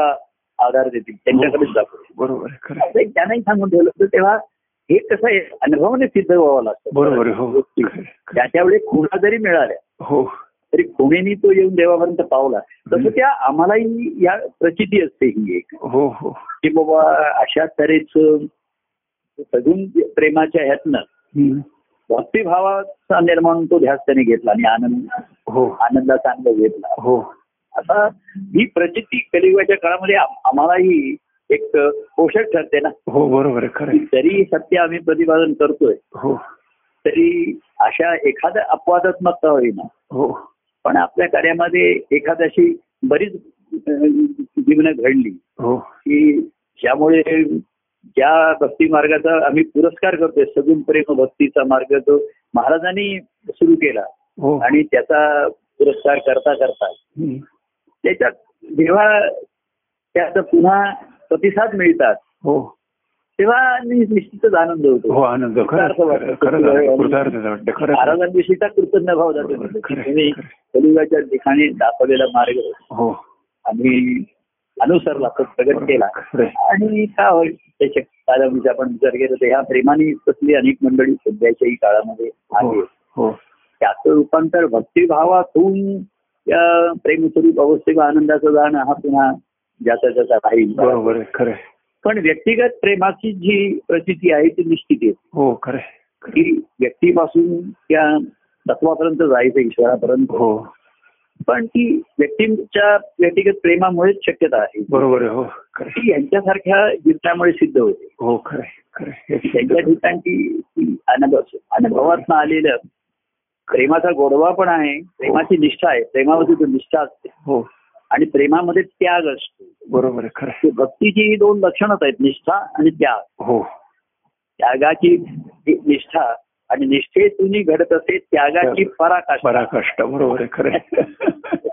Speaker 2: आधार देतील त्यांच्याकडेच दाखव
Speaker 1: बरोबर आहे खरं आहे.
Speaker 2: असं एक त्यांनाही सांगून ठेवलं होतं तेव्हा हे कसं आहे अनुभवाने सिद्ध व्हावं लागतं
Speaker 1: बरोबर आहे, हो.
Speaker 2: गोष्टी. त्याच्या वेळी खुणा जरी मिळाल्या
Speaker 1: हो
Speaker 2: तरी खुणेनी तो येऊन देवापर्यंत पावला तसं त्या आम्हालाही या प्रचिती असते ही एक
Speaker 1: हो हो
Speaker 2: की बाबा अशा तऱ्हेचं सगून प्रेमाच्या ह्यातनं
Speaker 1: हम्म.
Speaker 2: भक्तिभावाचा निर्माण तो ध्यास त्याने घेतला आणि आनंद
Speaker 1: हो
Speaker 2: आनंदाचा अनुभव घेतला
Speaker 1: हो
Speaker 2: आता ही प्रचिती कलियुगाच्या काळामध्ये आम- आम्हालाही एक पोषक ठरते ना
Speaker 1: हो बरोबर आहे खरं आहे.
Speaker 2: जरी सत्य आम्ही प्रतिपादन करतोय
Speaker 1: हो
Speaker 2: तरी अशा एखाद्या अपवादात्मकता होईना
Speaker 1: हो
Speaker 2: पण आपल्या कार्यामध्ये एखाद्याशी बरीच जीवन घडली
Speaker 1: हो
Speaker 2: की ज्यामुळे ज्या भक्ती मार्गाचा आम्ही पुरस्कार करतोय सगून प्रेम भक्तीचा मार्ग जो महाराजांनी सुरू केला
Speaker 1: हो
Speaker 2: आणि त्याचा पुरस्कार करता करता
Speaker 1: हम्म.
Speaker 2: त्याच्यात जेव्हा त्याचा पुन्हा प्रतिसाद मिळतात
Speaker 1: हो
Speaker 2: तेव्हा नि- निश्चितच आनंद होतो
Speaker 1: हो आनंद खरं
Speaker 2: कृतार्थ वाटतं.
Speaker 1: खरं खरं कृतार्थ वाटतं खरं आहे.
Speaker 2: महाराजांविषयीचा कृतज्ञ भाव जातो
Speaker 1: बरोबर, खरं आहे,
Speaker 2: तुम्ही
Speaker 1: खरं आहे.
Speaker 2: कलियुगाच्या ठिकाणी दाखवलेला मार्ग
Speaker 1: हो
Speaker 2: आम्ही अनुसरला तो प्रगट
Speaker 1: बरोबर,
Speaker 2: केला
Speaker 1: खरं आहे.
Speaker 2: आणि काय होईल त्याच्या काळामध्ये आपण विचार केला तर ह्या प्रेमाने तसली अनेक मंडळी सध्याच्याही काळामध्ये
Speaker 1: हो
Speaker 2: आहे
Speaker 1: हो
Speaker 2: त्याचं रूपांतर भक्तिभावात होऊन त्या प्रेमस्वरूप अवस्थेत आनंदाचं जाणं हा पुन्हा ज्याचा त्याचा राहील
Speaker 1: बरोबर आहे खरं आहे.
Speaker 2: पण व्यक्तिगत प्रेमाची जी प्रचिती आहे ती निश्चित आहे
Speaker 1: हो खरं आहे.
Speaker 2: की व्यक्तीपासून त्या तत्वापर्यंत जायचं ईश्वरापर्यंत
Speaker 1: हो
Speaker 2: पण ती व्यक्तीच्या व्यक्तिगत प्रेमामुळेच शक्यता आहे
Speaker 1: बरोबर आहे हो खरं आहे.
Speaker 2: ती यांच्यासारख्या जीवनामुळे सिद्ध होते
Speaker 1: हो खरं आहे, खरं आहे. हे सिद्ध
Speaker 2: त्यांच्या ठिकाणची ती अनुभव अनुभवात आलेलं प्रेमाचा गोडवा पण आहे प्रेमाची निष्ठा आहे प्रेमामध्ये तो निष्ठा असते
Speaker 1: हो
Speaker 2: आणि प्रेमामध्ये त्याग असतो
Speaker 1: बरोबर आहे खरं आहे.
Speaker 2: तो भक्तीची ही दोन लक्षणच आहेत निष्ठा आणि त्याग
Speaker 1: हो
Speaker 2: त्यागाची निष्ठा आणि निष्ठेतून घडत असे त्यागाची पराकाष्ठा
Speaker 1: पराकाष्ठा बरोबर आहे खरं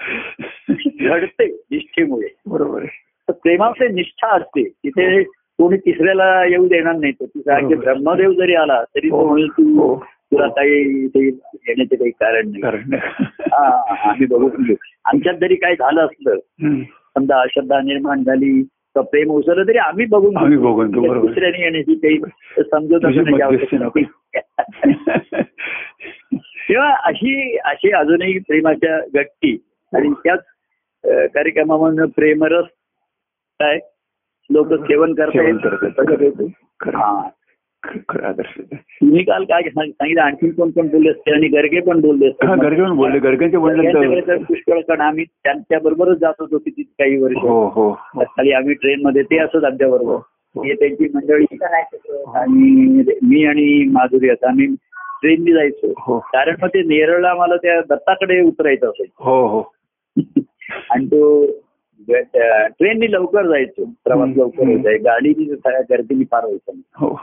Speaker 1: आहे.
Speaker 2: घडते निष्ठेमुळे
Speaker 1: बरोबर आहे
Speaker 2: तर प्रेमामध्ये निष्ठा असते तिथे कोणी तिसऱ्याला येऊ देणार नाही तो तिसरा की
Speaker 1: बरोबर.
Speaker 2: ब्रह्मदेव जरी आला तरी तो
Speaker 1: हो,
Speaker 2: म्हणेल तू
Speaker 1: हो.
Speaker 2: तुला काही इथे येण्याचे काही कारण नाही
Speaker 1: कारण
Speaker 2: हा, आम्ही बघू आमच्यात जरी काही झालं असलं
Speaker 1: हम्म.
Speaker 2: समजा अश्रद्धा निर्माण झाली तर प्रेम उसरलं तरी आम्ही बघून घेऊ.
Speaker 1: आम्ही बघून घेऊ, बरोबर.
Speaker 2: दुसऱ्याने येण्याची काही समजत
Speaker 1: तुझी
Speaker 2: असण्याची
Speaker 1: मध्यस्थी
Speaker 2: आवश्यकता नाही. तेव्हा अशी अशी अजूनही प्रेमाच्या गट्टी आणि त्याच अ, कार्यक्रमामधनं प्रेमरस काय लोक सेवन करता
Speaker 1: सेवन
Speaker 2: येत
Speaker 1: करतात.
Speaker 2: तसं काही-
Speaker 1: खरं आहे.
Speaker 2: हा
Speaker 1: खरं- खरं आदर्श
Speaker 2: तुम्ही काल काय सांग- सांगितलं आणखी कोण पण बोलले असते आणि गर्गे पण बोलले असते
Speaker 1: हा गर्गे पण बोलले गर्गेंच्या
Speaker 2: गर्ग्यांच्याकडे
Speaker 1: वडिलांचं
Speaker 2: तर पुष्कळ कारण आम्ही त्यांच्या बरोबरच जात होतो किती काही वर्ष
Speaker 1: हो हो हो
Speaker 2: खाली आम्ही ट्रेन मध्ये ते असत आमच्या बरोबर
Speaker 1: हो.
Speaker 2: ते त्यांची मंडळी आणि मी आणि माधुरी असं आम्ही ट्रेननी जायचो
Speaker 1: हो
Speaker 2: कारण मग ते नेरळला मला त्या दत्ताकडे उतरायचं असेल
Speaker 1: हो हो
Speaker 2: आणि तो ट्रेननी लवकर जायचो प्रवास
Speaker 1: हम्म,
Speaker 2: लवकर
Speaker 1: हम्म.
Speaker 2: होता गाडीची गर्दी फार व्हायचं नाही.
Speaker 1: हो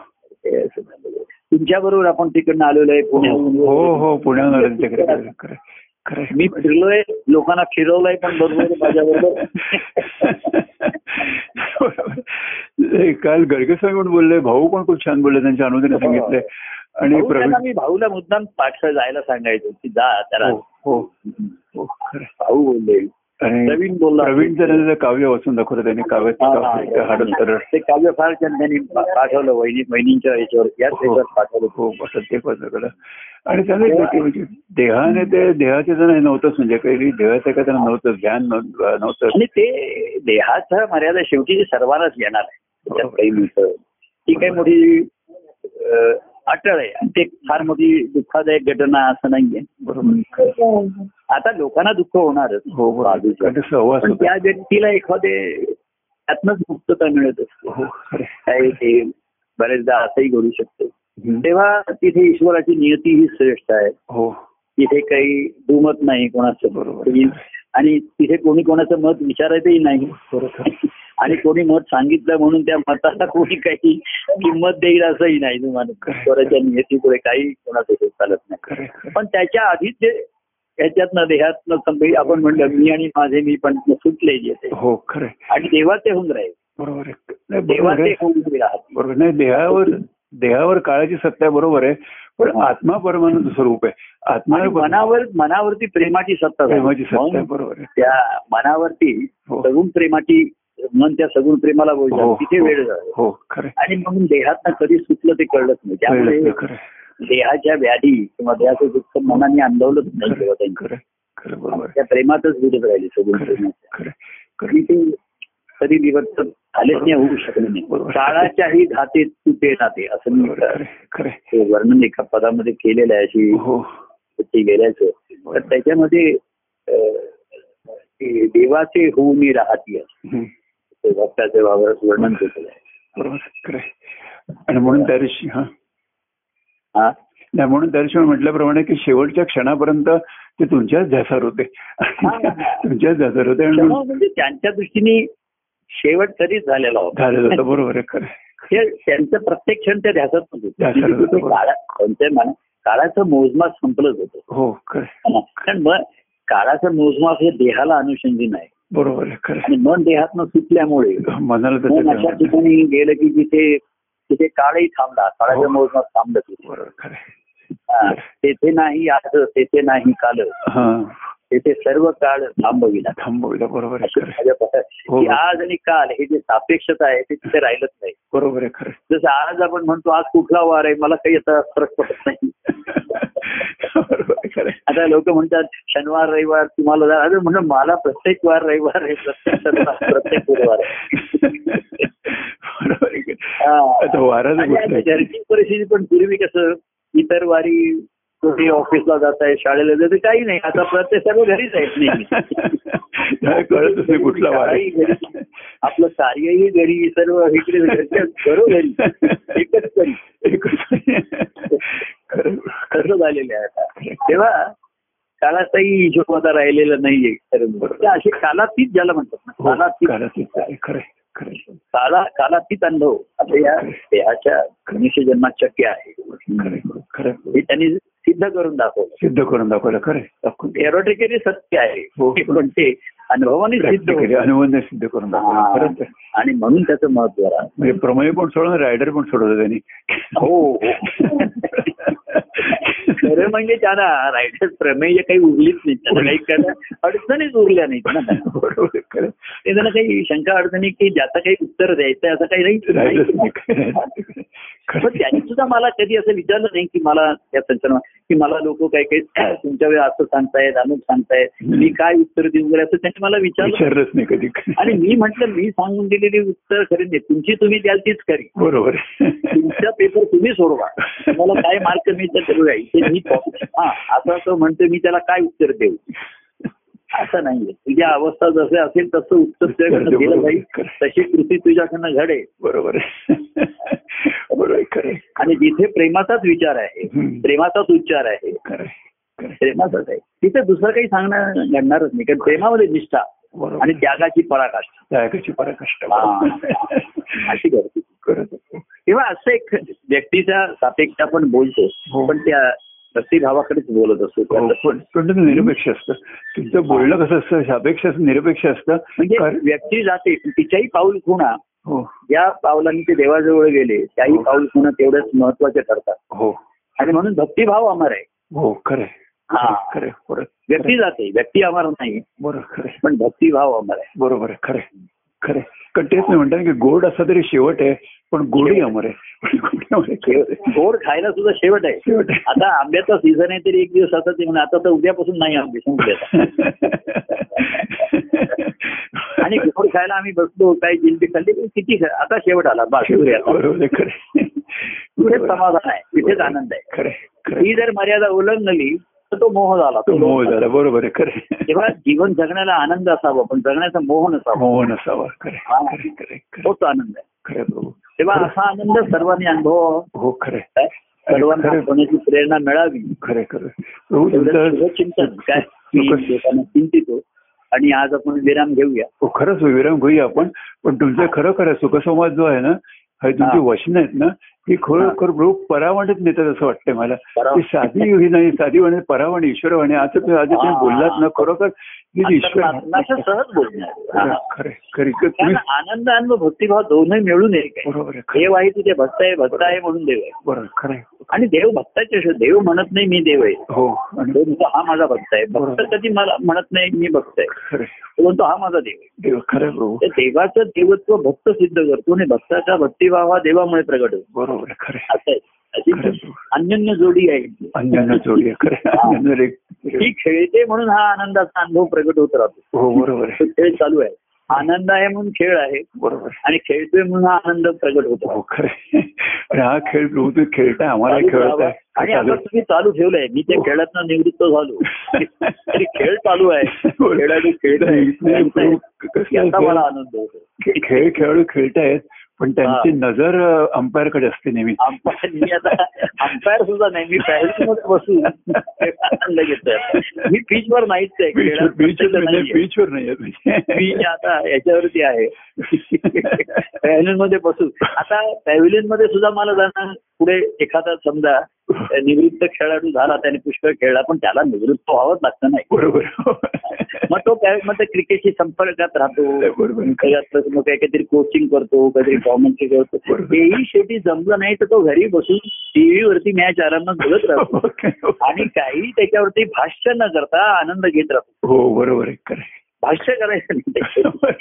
Speaker 2: ते असं झालेलं आहे. तुमच्या बरोबर आपण तिकडनं आलेलो आहे पुण्याहून
Speaker 1: हो हो पुण्यावरून तिकडे खरं खरं- खरं
Speaker 2: मी फिरलोय लोकांना फिरवलंय पण बरोबर माझ्या बरोबर
Speaker 1: ते काल गडगेस्वामी म्हणून बोलले भाऊ पण खूप छान बोलले त्यांच्या अनुदाने सांगितले आणि प्रवीण
Speaker 2: मी भाऊला मुद्दाम पाठ जायला सांगायचो की जा त्याला
Speaker 1: हो हो हो खरं
Speaker 2: भाऊ बोलले
Speaker 1: आणि
Speaker 2: प्रवीण बोलला
Speaker 1: प्रवीण त्यांना काव्य वाचून दाखवलं त्यांनी काव्य हाडंतर
Speaker 2: ते काव्य फार छान त्यांनी पा- पाठवलं वहिनी वहिनींच्या याच्यावर याच
Speaker 1: हो.
Speaker 2: याच्यावर पाठवलं
Speaker 1: हो असं ते पण सगळं आणि त्यांना एक गोष्ट म्हणजे देहाने ते देहाचे जण हे नव्हतंच म्हणजे काही देहाचं काय त्यांना नव्हतं ध्यान नव्ह- नव्हतं
Speaker 2: आणि ते देहाचा मर्यादा शेवटी ते सर्वांनाच येणार आहे त्याच्यात काही नव्हतं ही काही मोठी अं, अटळ आहे आणि ते फार मोठी दुःखदायक घटना असं नाहीये
Speaker 1: बरोबर
Speaker 2: आता लोकांना दुःख होणारच
Speaker 1: हो बरोबर कारण ते सहवास
Speaker 2: पण
Speaker 1: होता
Speaker 2: त्या व्यक्तीला एखादे त्यातनंच मुक्तता मिळत असते
Speaker 1: हो खरं आहे.
Speaker 2: काय ते बरेचदा असंही घडू शकते
Speaker 1: हम्म.
Speaker 2: तेव्हा तिथे ईश्वराची नियती ही श्रेष्ठ आहे
Speaker 1: हो
Speaker 2: तिथे काही दुमत नाही कोणाचं
Speaker 1: बरोबर.
Speaker 2: कोणी- आणि तिथे कोणी कोणाचं मत विचारायचंही नाही
Speaker 1: बरोबर
Speaker 2: आणि कोणी मत सांगितलं म्हणून त्या मताला कोणी काही किंमत देईल असंही नाही तुम्हाला ईश्वराच्या नियतीपुढे काही कोणाचं हे चालत नाही
Speaker 1: खरं आहे, खरं आहे.
Speaker 2: पण त्याच्या आधीच जे ह्याच्यातनं देहातनं समजा आपण म्हणलं मी आणि माझे मी पण सुटले येते
Speaker 1: हो खरं आहे.
Speaker 2: आणि देवाचे होऊन राहील
Speaker 1: बरोबर आहे नाही बरोबर
Speaker 2: देवाचे
Speaker 1: आहे.
Speaker 2: होऊन तुम्ही राहत
Speaker 1: बरोबर नाही देहावर देहावर काळाची सत्ता आहे, बरोबर आहे पण आत्मा परमानंद स्वरूप आहे आत्मा
Speaker 2: आणि मनावर मनावरती प्रेमाची सत्ता झाली.
Speaker 1: प्रेमाची सत्ता आहे
Speaker 2: म्हणून
Speaker 1: बरोबर आहे
Speaker 2: त्या मनावरती
Speaker 1: हो.
Speaker 2: सगुण प्रेमाची मन त्या सगुण प्रेमाला
Speaker 1: हो
Speaker 2: बोलतात तिथे
Speaker 1: हो,
Speaker 2: वेळ झाला
Speaker 1: हो खरं आहे.
Speaker 2: आणि म्हणून देहातनं कधी सुटलं ते कळलंच नाही त्यामुळे
Speaker 1: वेळ आहे, खरं आहे.
Speaker 2: देहाच्या व्याधी किंवा देहाचं दुःख मनाने अंदवलंच नाही तेव्हा त्यांनी.
Speaker 1: खरं आहे, खरं आहे, बरोबर आहे.
Speaker 2: त्या प्रेमातच बुडत राहिले सगुण
Speaker 1: खरं आहे,
Speaker 2: प्रेमात
Speaker 1: खरं आहे, खरं
Speaker 2: आणि ते कधी निवर्तन झालेच नाही होऊ शकले नाही
Speaker 1: बरोबर.
Speaker 2: काळाच्याही धाते तुटे नाते असं
Speaker 1: आहे,
Speaker 2: मी
Speaker 1: बरोबर आहे, खरं आहे, खरं आहे.
Speaker 2: ते वर्णन एका पदामध्ये केलेलं आहे अशी
Speaker 1: हो
Speaker 2: ती गेल्याचं तर त्याच्यामध्ये अं, ते देवाचे होऊ मी राहती असं
Speaker 1: हं.
Speaker 2: ते भक्ताचं वावरात वर्णन केलेलं आहे
Speaker 1: बरोबर आहे, खरं आहे. आणि म्हणून त्या दिवशी हा
Speaker 2: हा
Speaker 1: नाही म्हणून त्या दिवशी मी म्हटल्याप्रमाणे की शेवटच्या क्षणापर्यंत ते तुमच्याच ध्यासार होते तुमच्याच ध्यासार होते आणि
Speaker 2: क्षमा
Speaker 1: म्हणून
Speaker 2: म्हणजे त्यांच्या दृष्टीने शेवट कधीच झालेला होता
Speaker 1: झालेलं होतं बरोबर आहे खरं आहे.
Speaker 2: हे त्यांचं प्रत्येक क्षण त्या ध्यासात होतं.
Speaker 1: ध्यासात होतं,
Speaker 2: म्हणजे ते
Speaker 1: बरोबर.
Speaker 2: काळा- त्यांच्या मना- काळाचं मोजमाप संपलंच होतं
Speaker 1: हो खरं आहे.
Speaker 2: है ना? कारण मग काळाचं मोजमाप हे देहाला अनुषंगीन आहे
Speaker 1: बरोबर आहे खरं
Speaker 2: आणि मन देहातनं सुटल्यामुळे
Speaker 1: आहे. मनाला
Speaker 2: मन अशा
Speaker 1: त्याचं
Speaker 2: ठिकाणी गेलं की जिथे तिथे काळही थांबला
Speaker 1: हो.
Speaker 2: काळाचं मोजमाप थांबलं तिथे
Speaker 1: बरोबर खरं आहे.
Speaker 2: हा. तेथे नाही आज तेथे नाही काल
Speaker 1: हा
Speaker 2: तेथे सर्व काळ थांबविला
Speaker 1: थांबवलं बरोबर आहे
Speaker 2: अशी
Speaker 1: खरं आहे.
Speaker 2: माझ्या पता-
Speaker 1: हो.
Speaker 2: की आज आणि काल हे जे सापेक्षता आहे ते तिथे राहिलंच नाही
Speaker 1: बरोबर आहे खरं आहे.
Speaker 2: जसं आज आपण म्हणतो आज कुठला वार आहे मला काही आता फरक पडत नाही
Speaker 1: बरोबर आहे, खरं आहे.
Speaker 2: आता लोक म्हणतात शनिवार रविवार तुम्हाला जा- अरे म्हणलं मला प्रत्येक वार रविवार आहे प्रत्येक शनिवार प्रत्येक गुरुवार आहे.
Speaker 1: बरोबर आहे खरं आहे.
Speaker 2: हा.
Speaker 1: आता वाराचं
Speaker 2: आणि
Speaker 1: गोष्ट
Speaker 2: आता
Speaker 1: आहे.
Speaker 2: घरची परिस्थिती पण पूर्वी कसं इतर वारी कुठे ऑफिसला जात आहे शाळेला जात काही नाही आता प्रत्येक सर्व घरीच आहेत नेहमी
Speaker 1: त्याला कळतच नाही कुठला वार आहे.
Speaker 2: घरी. आपलं कार्यही घरी सर्व इकडे घरच्या घरो घरी एकच घरी
Speaker 1: एकच खरं
Speaker 2: खरं झालेलं आहे आता तेव्हा काळाचाही हिशोब आता राहिलेला नाहीये खरं
Speaker 1: बरोबर.
Speaker 2: म्हणजे अशी कालातीत ज्याला म्हणतात ना
Speaker 1: हो,
Speaker 2: कालातीत
Speaker 1: कालातीत आहे, खरं आहे, खरं आहे,
Speaker 2: काला कालातीत अनुभव आता या देहाच्या मनुष्य जन्मात शक्य आहे
Speaker 1: खरं आहे, खरं आहे.
Speaker 2: हे त्यांनी सिद्ध करून दाखवलं
Speaker 1: सिद्ध करून दाखवलं खरं आहे, दाखवून दिलं.
Speaker 2: एरोटिकली सत्य
Speaker 1: हो.
Speaker 2: आहे पण ते अनुभवाने सिद्ध
Speaker 1: Practically,
Speaker 2: होतं.
Speaker 1: अनुबंध सिद्ध करून दाखवलं खरंच
Speaker 2: हा.
Speaker 1: आहे.
Speaker 2: आणि म्हणून त्याचं महत्व राहतं.
Speaker 1: म्हणजे प्रमेय पण सोडवलं रायडर पण सोडवलं त्यांनी
Speaker 2: हो खरं म्हणजे त्यांना रायटर प्रमेय काही उरलीच नाही त्यांना काही त्यांना अडचणीच उरल्या नाहीत ना त्यांना.
Speaker 1: बरोबर आहे, खरं आहे.
Speaker 2: ते त्यांना काही शंका अडचणी की ज्याचं काही उत्तर द्यायचं असं काही
Speaker 1: राहिलंच नाही,
Speaker 2: नाही
Speaker 1: खरं आहे. खरं
Speaker 2: पण
Speaker 1: आहे.
Speaker 2: त्यांनी सुद्धा मला कधी असं विचारलं नाही की मला त्या संचलना की मला लोक काही काही तुमच्या वेळी असं सांगतायत अमुक सांगतायत मी काय उत्तर देऊ वगैरे असं त्यांनी मला विचारलं
Speaker 1: विचारलंच नाही कधी
Speaker 2: आणि मी म्हटलं मी सांगून दिलेली उत्तर खरी नाही तुमची तुम्ही द्याल तीच खरी
Speaker 1: बरोबर
Speaker 2: तुमचा पेपर तुम्ही सोडवा तुम्हाला काय मार्क मी त्याच्यावर राहील ते मी हा आता तो म्हणतो मी त्याला काय उत्तर देऊ असं नाहीये तुझ्या अवस्था जसे असेल तसं उत्तर तुझ्याकडनं दिलं जाईल तशी कृती तुझ्याकडनं घडेल
Speaker 1: बरोबर आहे. बरोबर आहे, खरंय
Speaker 2: आणि जिथे प्रेमाचाच विचार आहे
Speaker 1: हम्म.
Speaker 2: प्रेमाचाच उच्चार आहे
Speaker 1: खरंय खरंय
Speaker 2: प्रेमाचाच आहे तिथे दुसरं काही सांगणं घडणारच नाही कारण प्रेमामध्ये निष्ठा
Speaker 1: बरोबर
Speaker 2: आणि त्यागाची पराकाष्ठा
Speaker 1: त्यागाची पराकाष्ठा
Speaker 2: हा. अशी करते
Speaker 1: करत
Speaker 2: किंवा असं एक व्यक्तीच्या सापेक्ष आपण
Speaker 1: हो.
Speaker 2: बोलतो पण त्या प्रति भावाकडेच बोलत असतो
Speaker 1: पण पण ते निरपेक्ष असतं तुमचं बोलणं कसं असतं सापेक्ष असं निरपेक्ष असतं
Speaker 2: म्हणजे
Speaker 1: कारण-
Speaker 2: व्यक्ती जाते पण तिच्याही पाऊल खुणा
Speaker 1: हो
Speaker 2: ज्या पावलांनी ते देवाजवळ गेले त्याही पाऊल खुणा तेवढ्याच महत्वाचे ठरतात
Speaker 1: हो
Speaker 2: आणि म्हणून भक्तिभाव अमर आहे
Speaker 1: हो खरंय
Speaker 2: हा. म्हणजे
Speaker 1: खरंय बरं
Speaker 2: व्यक्ती जाते व्यक्ती अमर नाही
Speaker 1: बरं खरंय
Speaker 2: पण भक्तिभाव अमर आहे
Speaker 1: बरोबर आहे खरंय खरंय कारण तेच मी म्हणतात की गोड असा तरी शेवट आहे पण गोडी अमर आहे गोडी अमर आहे.
Speaker 2: शेव- गोड खायला सुद्धा शेवट आहे
Speaker 1: शेवट आहे.
Speaker 2: आता आंब्याचा सीझन आहे तरी एक दिवस आता ते म्हणे, आता तर उद्यापासून नाही आंबे संपले आता. आणि गोड खायला आम्ही बसलो काही जिलबी खाल्ली पण किती खा- आता शेवट आला बस
Speaker 1: शेवट आहे.
Speaker 2: आता.
Speaker 1: बरोबर आहे, खरंय.
Speaker 2: तिथेच
Speaker 1: बरोबर आहे.
Speaker 2: समाधान आहे तिथेच आनंद आहे
Speaker 1: खरंय खरंय
Speaker 2: ही जर मर्यादा ओलांडली तर तो मोह झाला
Speaker 1: तो मोह झाला बरोबर आहे खरंय
Speaker 2: तेव्हा जीवन जगण्याला आनंद असावा पण जगण्याचा मोह नसावा
Speaker 1: मोह नसावा खरंय खरंय खरंय खरंय
Speaker 2: तोच आनंद आहे
Speaker 1: खरंय प्रभू
Speaker 2: तेव्हा असा आनंद सर्वांनी अनुभव
Speaker 1: हो खरंय
Speaker 2: सर्वांना
Speaker 1: खरं.
Speaker 2: होण्याची प्रेरणा मिळावी
Speaker 1: खरंय खरंय प्रभू
Speaker 2: एवढंच
Speaker 1: तुमचं
Speaker 2: शुभचिंतन काय मी
Speaker 1: लोकं-
Speaker 2: लोकांना चिंतितो आणि आज आपण विराम घेऊया
Speaker 1: हो खरंच विराम घेऊया आपण पण तुमचं खरं खरं सुखसंवाद जो आहे ना हे तुमची
Speaker 2: हा.
Speaker 1: वचन आहेत ना ही खरोखर रूप परावणीत नेतात असं वाटतंय मला
Speaker 2: परावण.
Speaker 1: ती साधी ही नाही साधी म्हणे परावण ईश्वरवाणी आज तुम्ही आज तुम्ही
Speaker 2: हा.
Speaker 1: बोललात ना खरोखर ही जी ईश्वर
Speaker 2: असं सहज बोलणार
Speaker 1: खरं-
Speaker 2: हा.
Speaker 1: खरं खरी तुम्ही
Speaker 2: कारण आनंद आणि भक्तिभाव दोन्ही मिळून एक आहे.
Speaker 1: बरोबर आहे खरं
Speaker 2: देव आहे तुझे भक्त आहे भक्त आहे म्हणून देव आहे
Speaker 1: बरोबर खरं आहे.
Speaker 2: आणि देव भक्ताच्या शो- देव म्हणत नाही मी देव आहे
Speaker 1: हो आणि
Speaker 2: देव म्हणतो हा माझा भक्त आहे भक्त
Speaker 1: बरोबर.
Speaker 2: कधी मला म्हणत नाही मी भक्त आहे
Speaker 1: खरं आहे.
Speaker 2: तो म्हणतो हा माझा देव आहे
Speaker 1: देव खरं आहे प्रभू
Speaker 2: त्या देवाचं देवत्व भक्त सिद्ध करतो आणि भक्ताचा भक्तिभाव हा देवामुळे प्रगट होतो
Speaker 1: बरोबर आहे खरं आहे.
Speaker 2: असं आहे
Speaker 1: खरं
Speaker 2: अशी
Speaker 1: आहे.
Speaker 2: अन्यन्य जोडी आहे ती.
Speaker 1: अन्यानं जोडी आहे खरं आहे.
Speaker 2: हा.
Speaker 1: अन्यानं रेख-
Speaker 2: ती खेळते म्हणून हा आनंदाचा अनुभव प्रगट होत राहतो
Speaker 1: हो बरोबर आहे
Speaker 2: तो खेळ चालू आहे आनंद आहे म्हणून खेळ आहे
Speaker 1: बरोबर आहे.
Speaker 2: आणि खेळतोय म्हणून हा आनंद प्रगट होतो
Speaker 1: हो खरं आहे. आणि हा खेळ प्रभू तुम्ही खेळताय आम्हाला खेळताय
Speaker 2: आणि आता तुम्ही चालू ठेवलंय मी
Speaker 1: हो.
Speaker 2: त्या खेळात निवृत्त झालो तरी खेळ चालू आहे खेळाडू खेळत
Speaker 1: हो. नाही, प्रभू, कसं
Speaker 2: याचा
Speaker 1: असतं?
Speaker 2: मला आनंद होतो
Speaker 1: खे- खेळ खेळाडू खेळतायत पण त्यांची नजर अंपायर कडे असते नेहमी
Speaker 2: अंपायर मी आता अंपायर सुद्धा नाही मी पॅरेंट मध्ये बसून ते आनंद घेतोय आता. मी पीच वर नाहीच आहे खेळात
Speaker 1: म्हणजे
Speaker 2: प्रत्यक्ष नाहीये.
Speaker 1: बीच वर नाही
Speaker 2: मी आता याच्यावरती आहे पॅव्हिलियन मध्ये बसून आता पॅव्हिलियन मध्ये सुद्धा मला जाणं पुढे एखादा समजा निवृत्त खेळाडू झाला त्याने पुष्कळ खेळला पण त्याला निवृत्त व्हावंच लागतं नाही
Speaker 1: बरोबर
Speaker 2: मग तो काय मग त्या क्रिकेटशी संपर्कात राहतो
Speaker 1: बरोबर.
Speaker 2: त्याच्यात मग काय काहीतरी कोचिंग करतो काहीतरी कॉमेंट्री करतो
Speaker 1: बरोबर.
Speaker 2: तेही शेवटी जमलं नाही तर तो घरी बसून टीव्हीवरती मॅच आरामात बघत राहतो आणि काही त्याच्यावरती भाष्य न करता आनंद घेत राहतो
Speaker 1: हो बरोबर आहे खरं आहे.
Speaker 2: भाष्य करायचं नाही त्याच्यावर.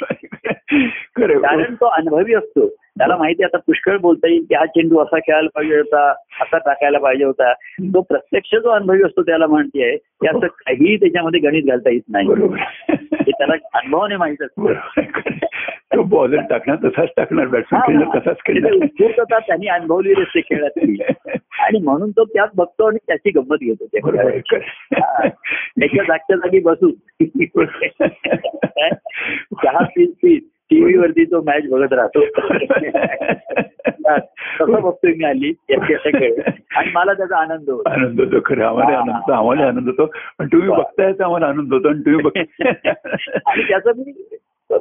Speaker 1: खरं आहे.
Speaker 2: कारण तो अनुभवी असतो त्याला माहिती आहे आता पुष्कळ बोलता येईल की हा चेंडू असा खेळायला पाहिजे होता असा टाकायला पाहिजे होता तो प्रत्यक्ष जो अनुभवी असतो त्याला म्हणतेय की असं काही त्याच्यामध्ये गणित घालता येत नाही
Speaker 1: बरोबर
Speaker 2: हे त्याला अनुभवाने माहित असतं
Speaker 1: बरोबर आहे, खरं आहे. तो बॉलर टाकणार तसाच टाकणार बॅट्समॅन खेळणार तसाच
Speaker 2: त्याची
Speaker 1: खेळणार
Speaker 2: उत्सुकता त्यांनी अनुभवली असते खेळातली आणि म्हणून तो त्यात बघतो आणि त्याची गंमत घेतो त्या
Speaker 1: बरोबर आहे,
Speaker 2: खेळाची.
Speaker 1: खरं
Speaker 2: हा.
Speaker 1: आहे.
Speaker 2: त्याच्या जागच्या जागी बसून चहा पीत पीत टीव्ही वरती तो मॅच बघत राहतो
Speaker 1: हो.
Speaker 2: तसं बघतोय मी आली याची असा खेळ आणि मला त्याचा आनंद होतो
Speaker 1: आनंद होतो खरं आम्हाला आनंद होतो आम्हाला आनंद होतो पण तुम्ही
Speaker 2: वा.
Speaker 1: बघताय तर आम्हाला आनंद होतो आणि तुम्ही बघ
Speaker 2: आणि त्याचं मी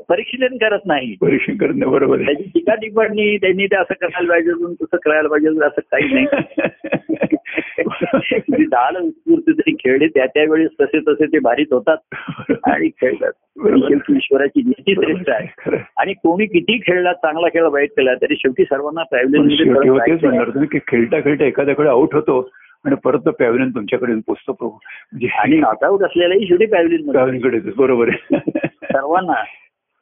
Speaker 2: परीक्षण करत नाही
Speaker 1: परीक्षण करणे बरोबर आहे
Speaker 2: त्याची टीका टिप्पणी त्यांनी ते असं करायला पाहिजे अजून तसं करायला पाहिजे अजून असं काही नाही म्हणजे झालं उत्स्फूर्त तरी खेळले त्या त्यावेळेस तसे तसे ते भारीत होतात आणि खेळतात
Speaker 1: बरोबर.
Speaker 2: शेवटी ईश्वराची नीती श्रेष्ठ आहे
Speaker 1: खरं आहे.
Speaker 2: आणि कोणी किती खेळला चांगला खेळ वाईट खेळला तरी शेवटी सर्वांना
Speaker 1: पण शेवटी हो तेच म्हणणार
Speaker 2: ट्रॅव्हलिंग
Speaker 1: तुम्ही की खेळता खेळता एखाद्याकडे आउट होतो आणि परत तो पॅव्हलियन तुमच्याकडे येऊन पोचतो प्रभू म्हणजे
Speaker 2: आणि नॉटआउट असलेलाही शेवटी पॅव्हलिन मध्ये
Speaker 1: पॅव्हलियन कडे येतो. बरोबर आहे
Speaker 2: सर्वांना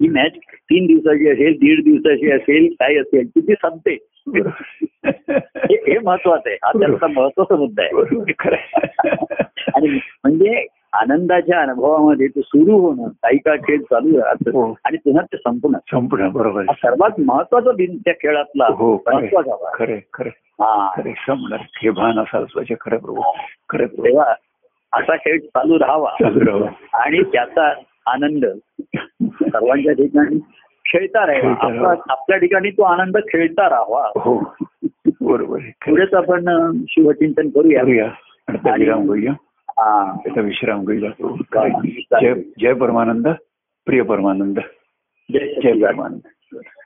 Speaker 2: ही मॅच तीन दिवसाची असेल दीड दिवसाची असेल काय असेल किती संपते हे हे महत्वाचं आहे हा त्यांचा महत्वाचा मुद्दा आहे
Speaker 1: बरोबर, खरं आहे.
Speaker 2: आणि म्हणजे आनंदाच्या अनुभवामध्ये तो सुरू होणं काही काळ खेळ चालू
Speaker 1: हो.
Speaker 2: राहतं आणि पुन्हा ते संपणं
Speaker 1: संपणं बरोबर
Speaker 2: हा
Speaker 1: आहे.
Speaker 2: सर्वात महत्वाचा बिंदू त्या खेळातला
Speaker 1: हो
Speaker 2: महत्वाचा भाग.
Speaker 1: खरे खरे
Speaker 2: हा
Speaker 1: खरे संपणार हे भान असाल स्वच्छ खरं प्रभू खरं प्रभू
Speaker 2: तेव्हा असा खेळ चालू राहावा
Speaker 1: चालू राहा
Speaker 2: आणि त्याचा आनंद सर्वांच्या ठिकाणी खेळता राहावा
Speaker 1: खेळता
Speaker 2: आपला
Speaker 1: राहावा.
Speaker 2: आपल्या ठिकाणी तो आनंद खेळता राहावा
Speaker 1: हो बरोबर आहे खरं.
Speaker 2: पुढेच आपण अं, शिवचिंतन करूया
Speaker 1: करूया आणि त्या विराम घेऊया
Speaker 2: हा.
Speaker 1: त्याचा विश्राम घेऊया जय जय परमानंद प्रिय परमानंद
Speaker 2: जय
Speaker 1: जय
Speaker 2: सच्चिदानंद.
Speaker 1: परमानंद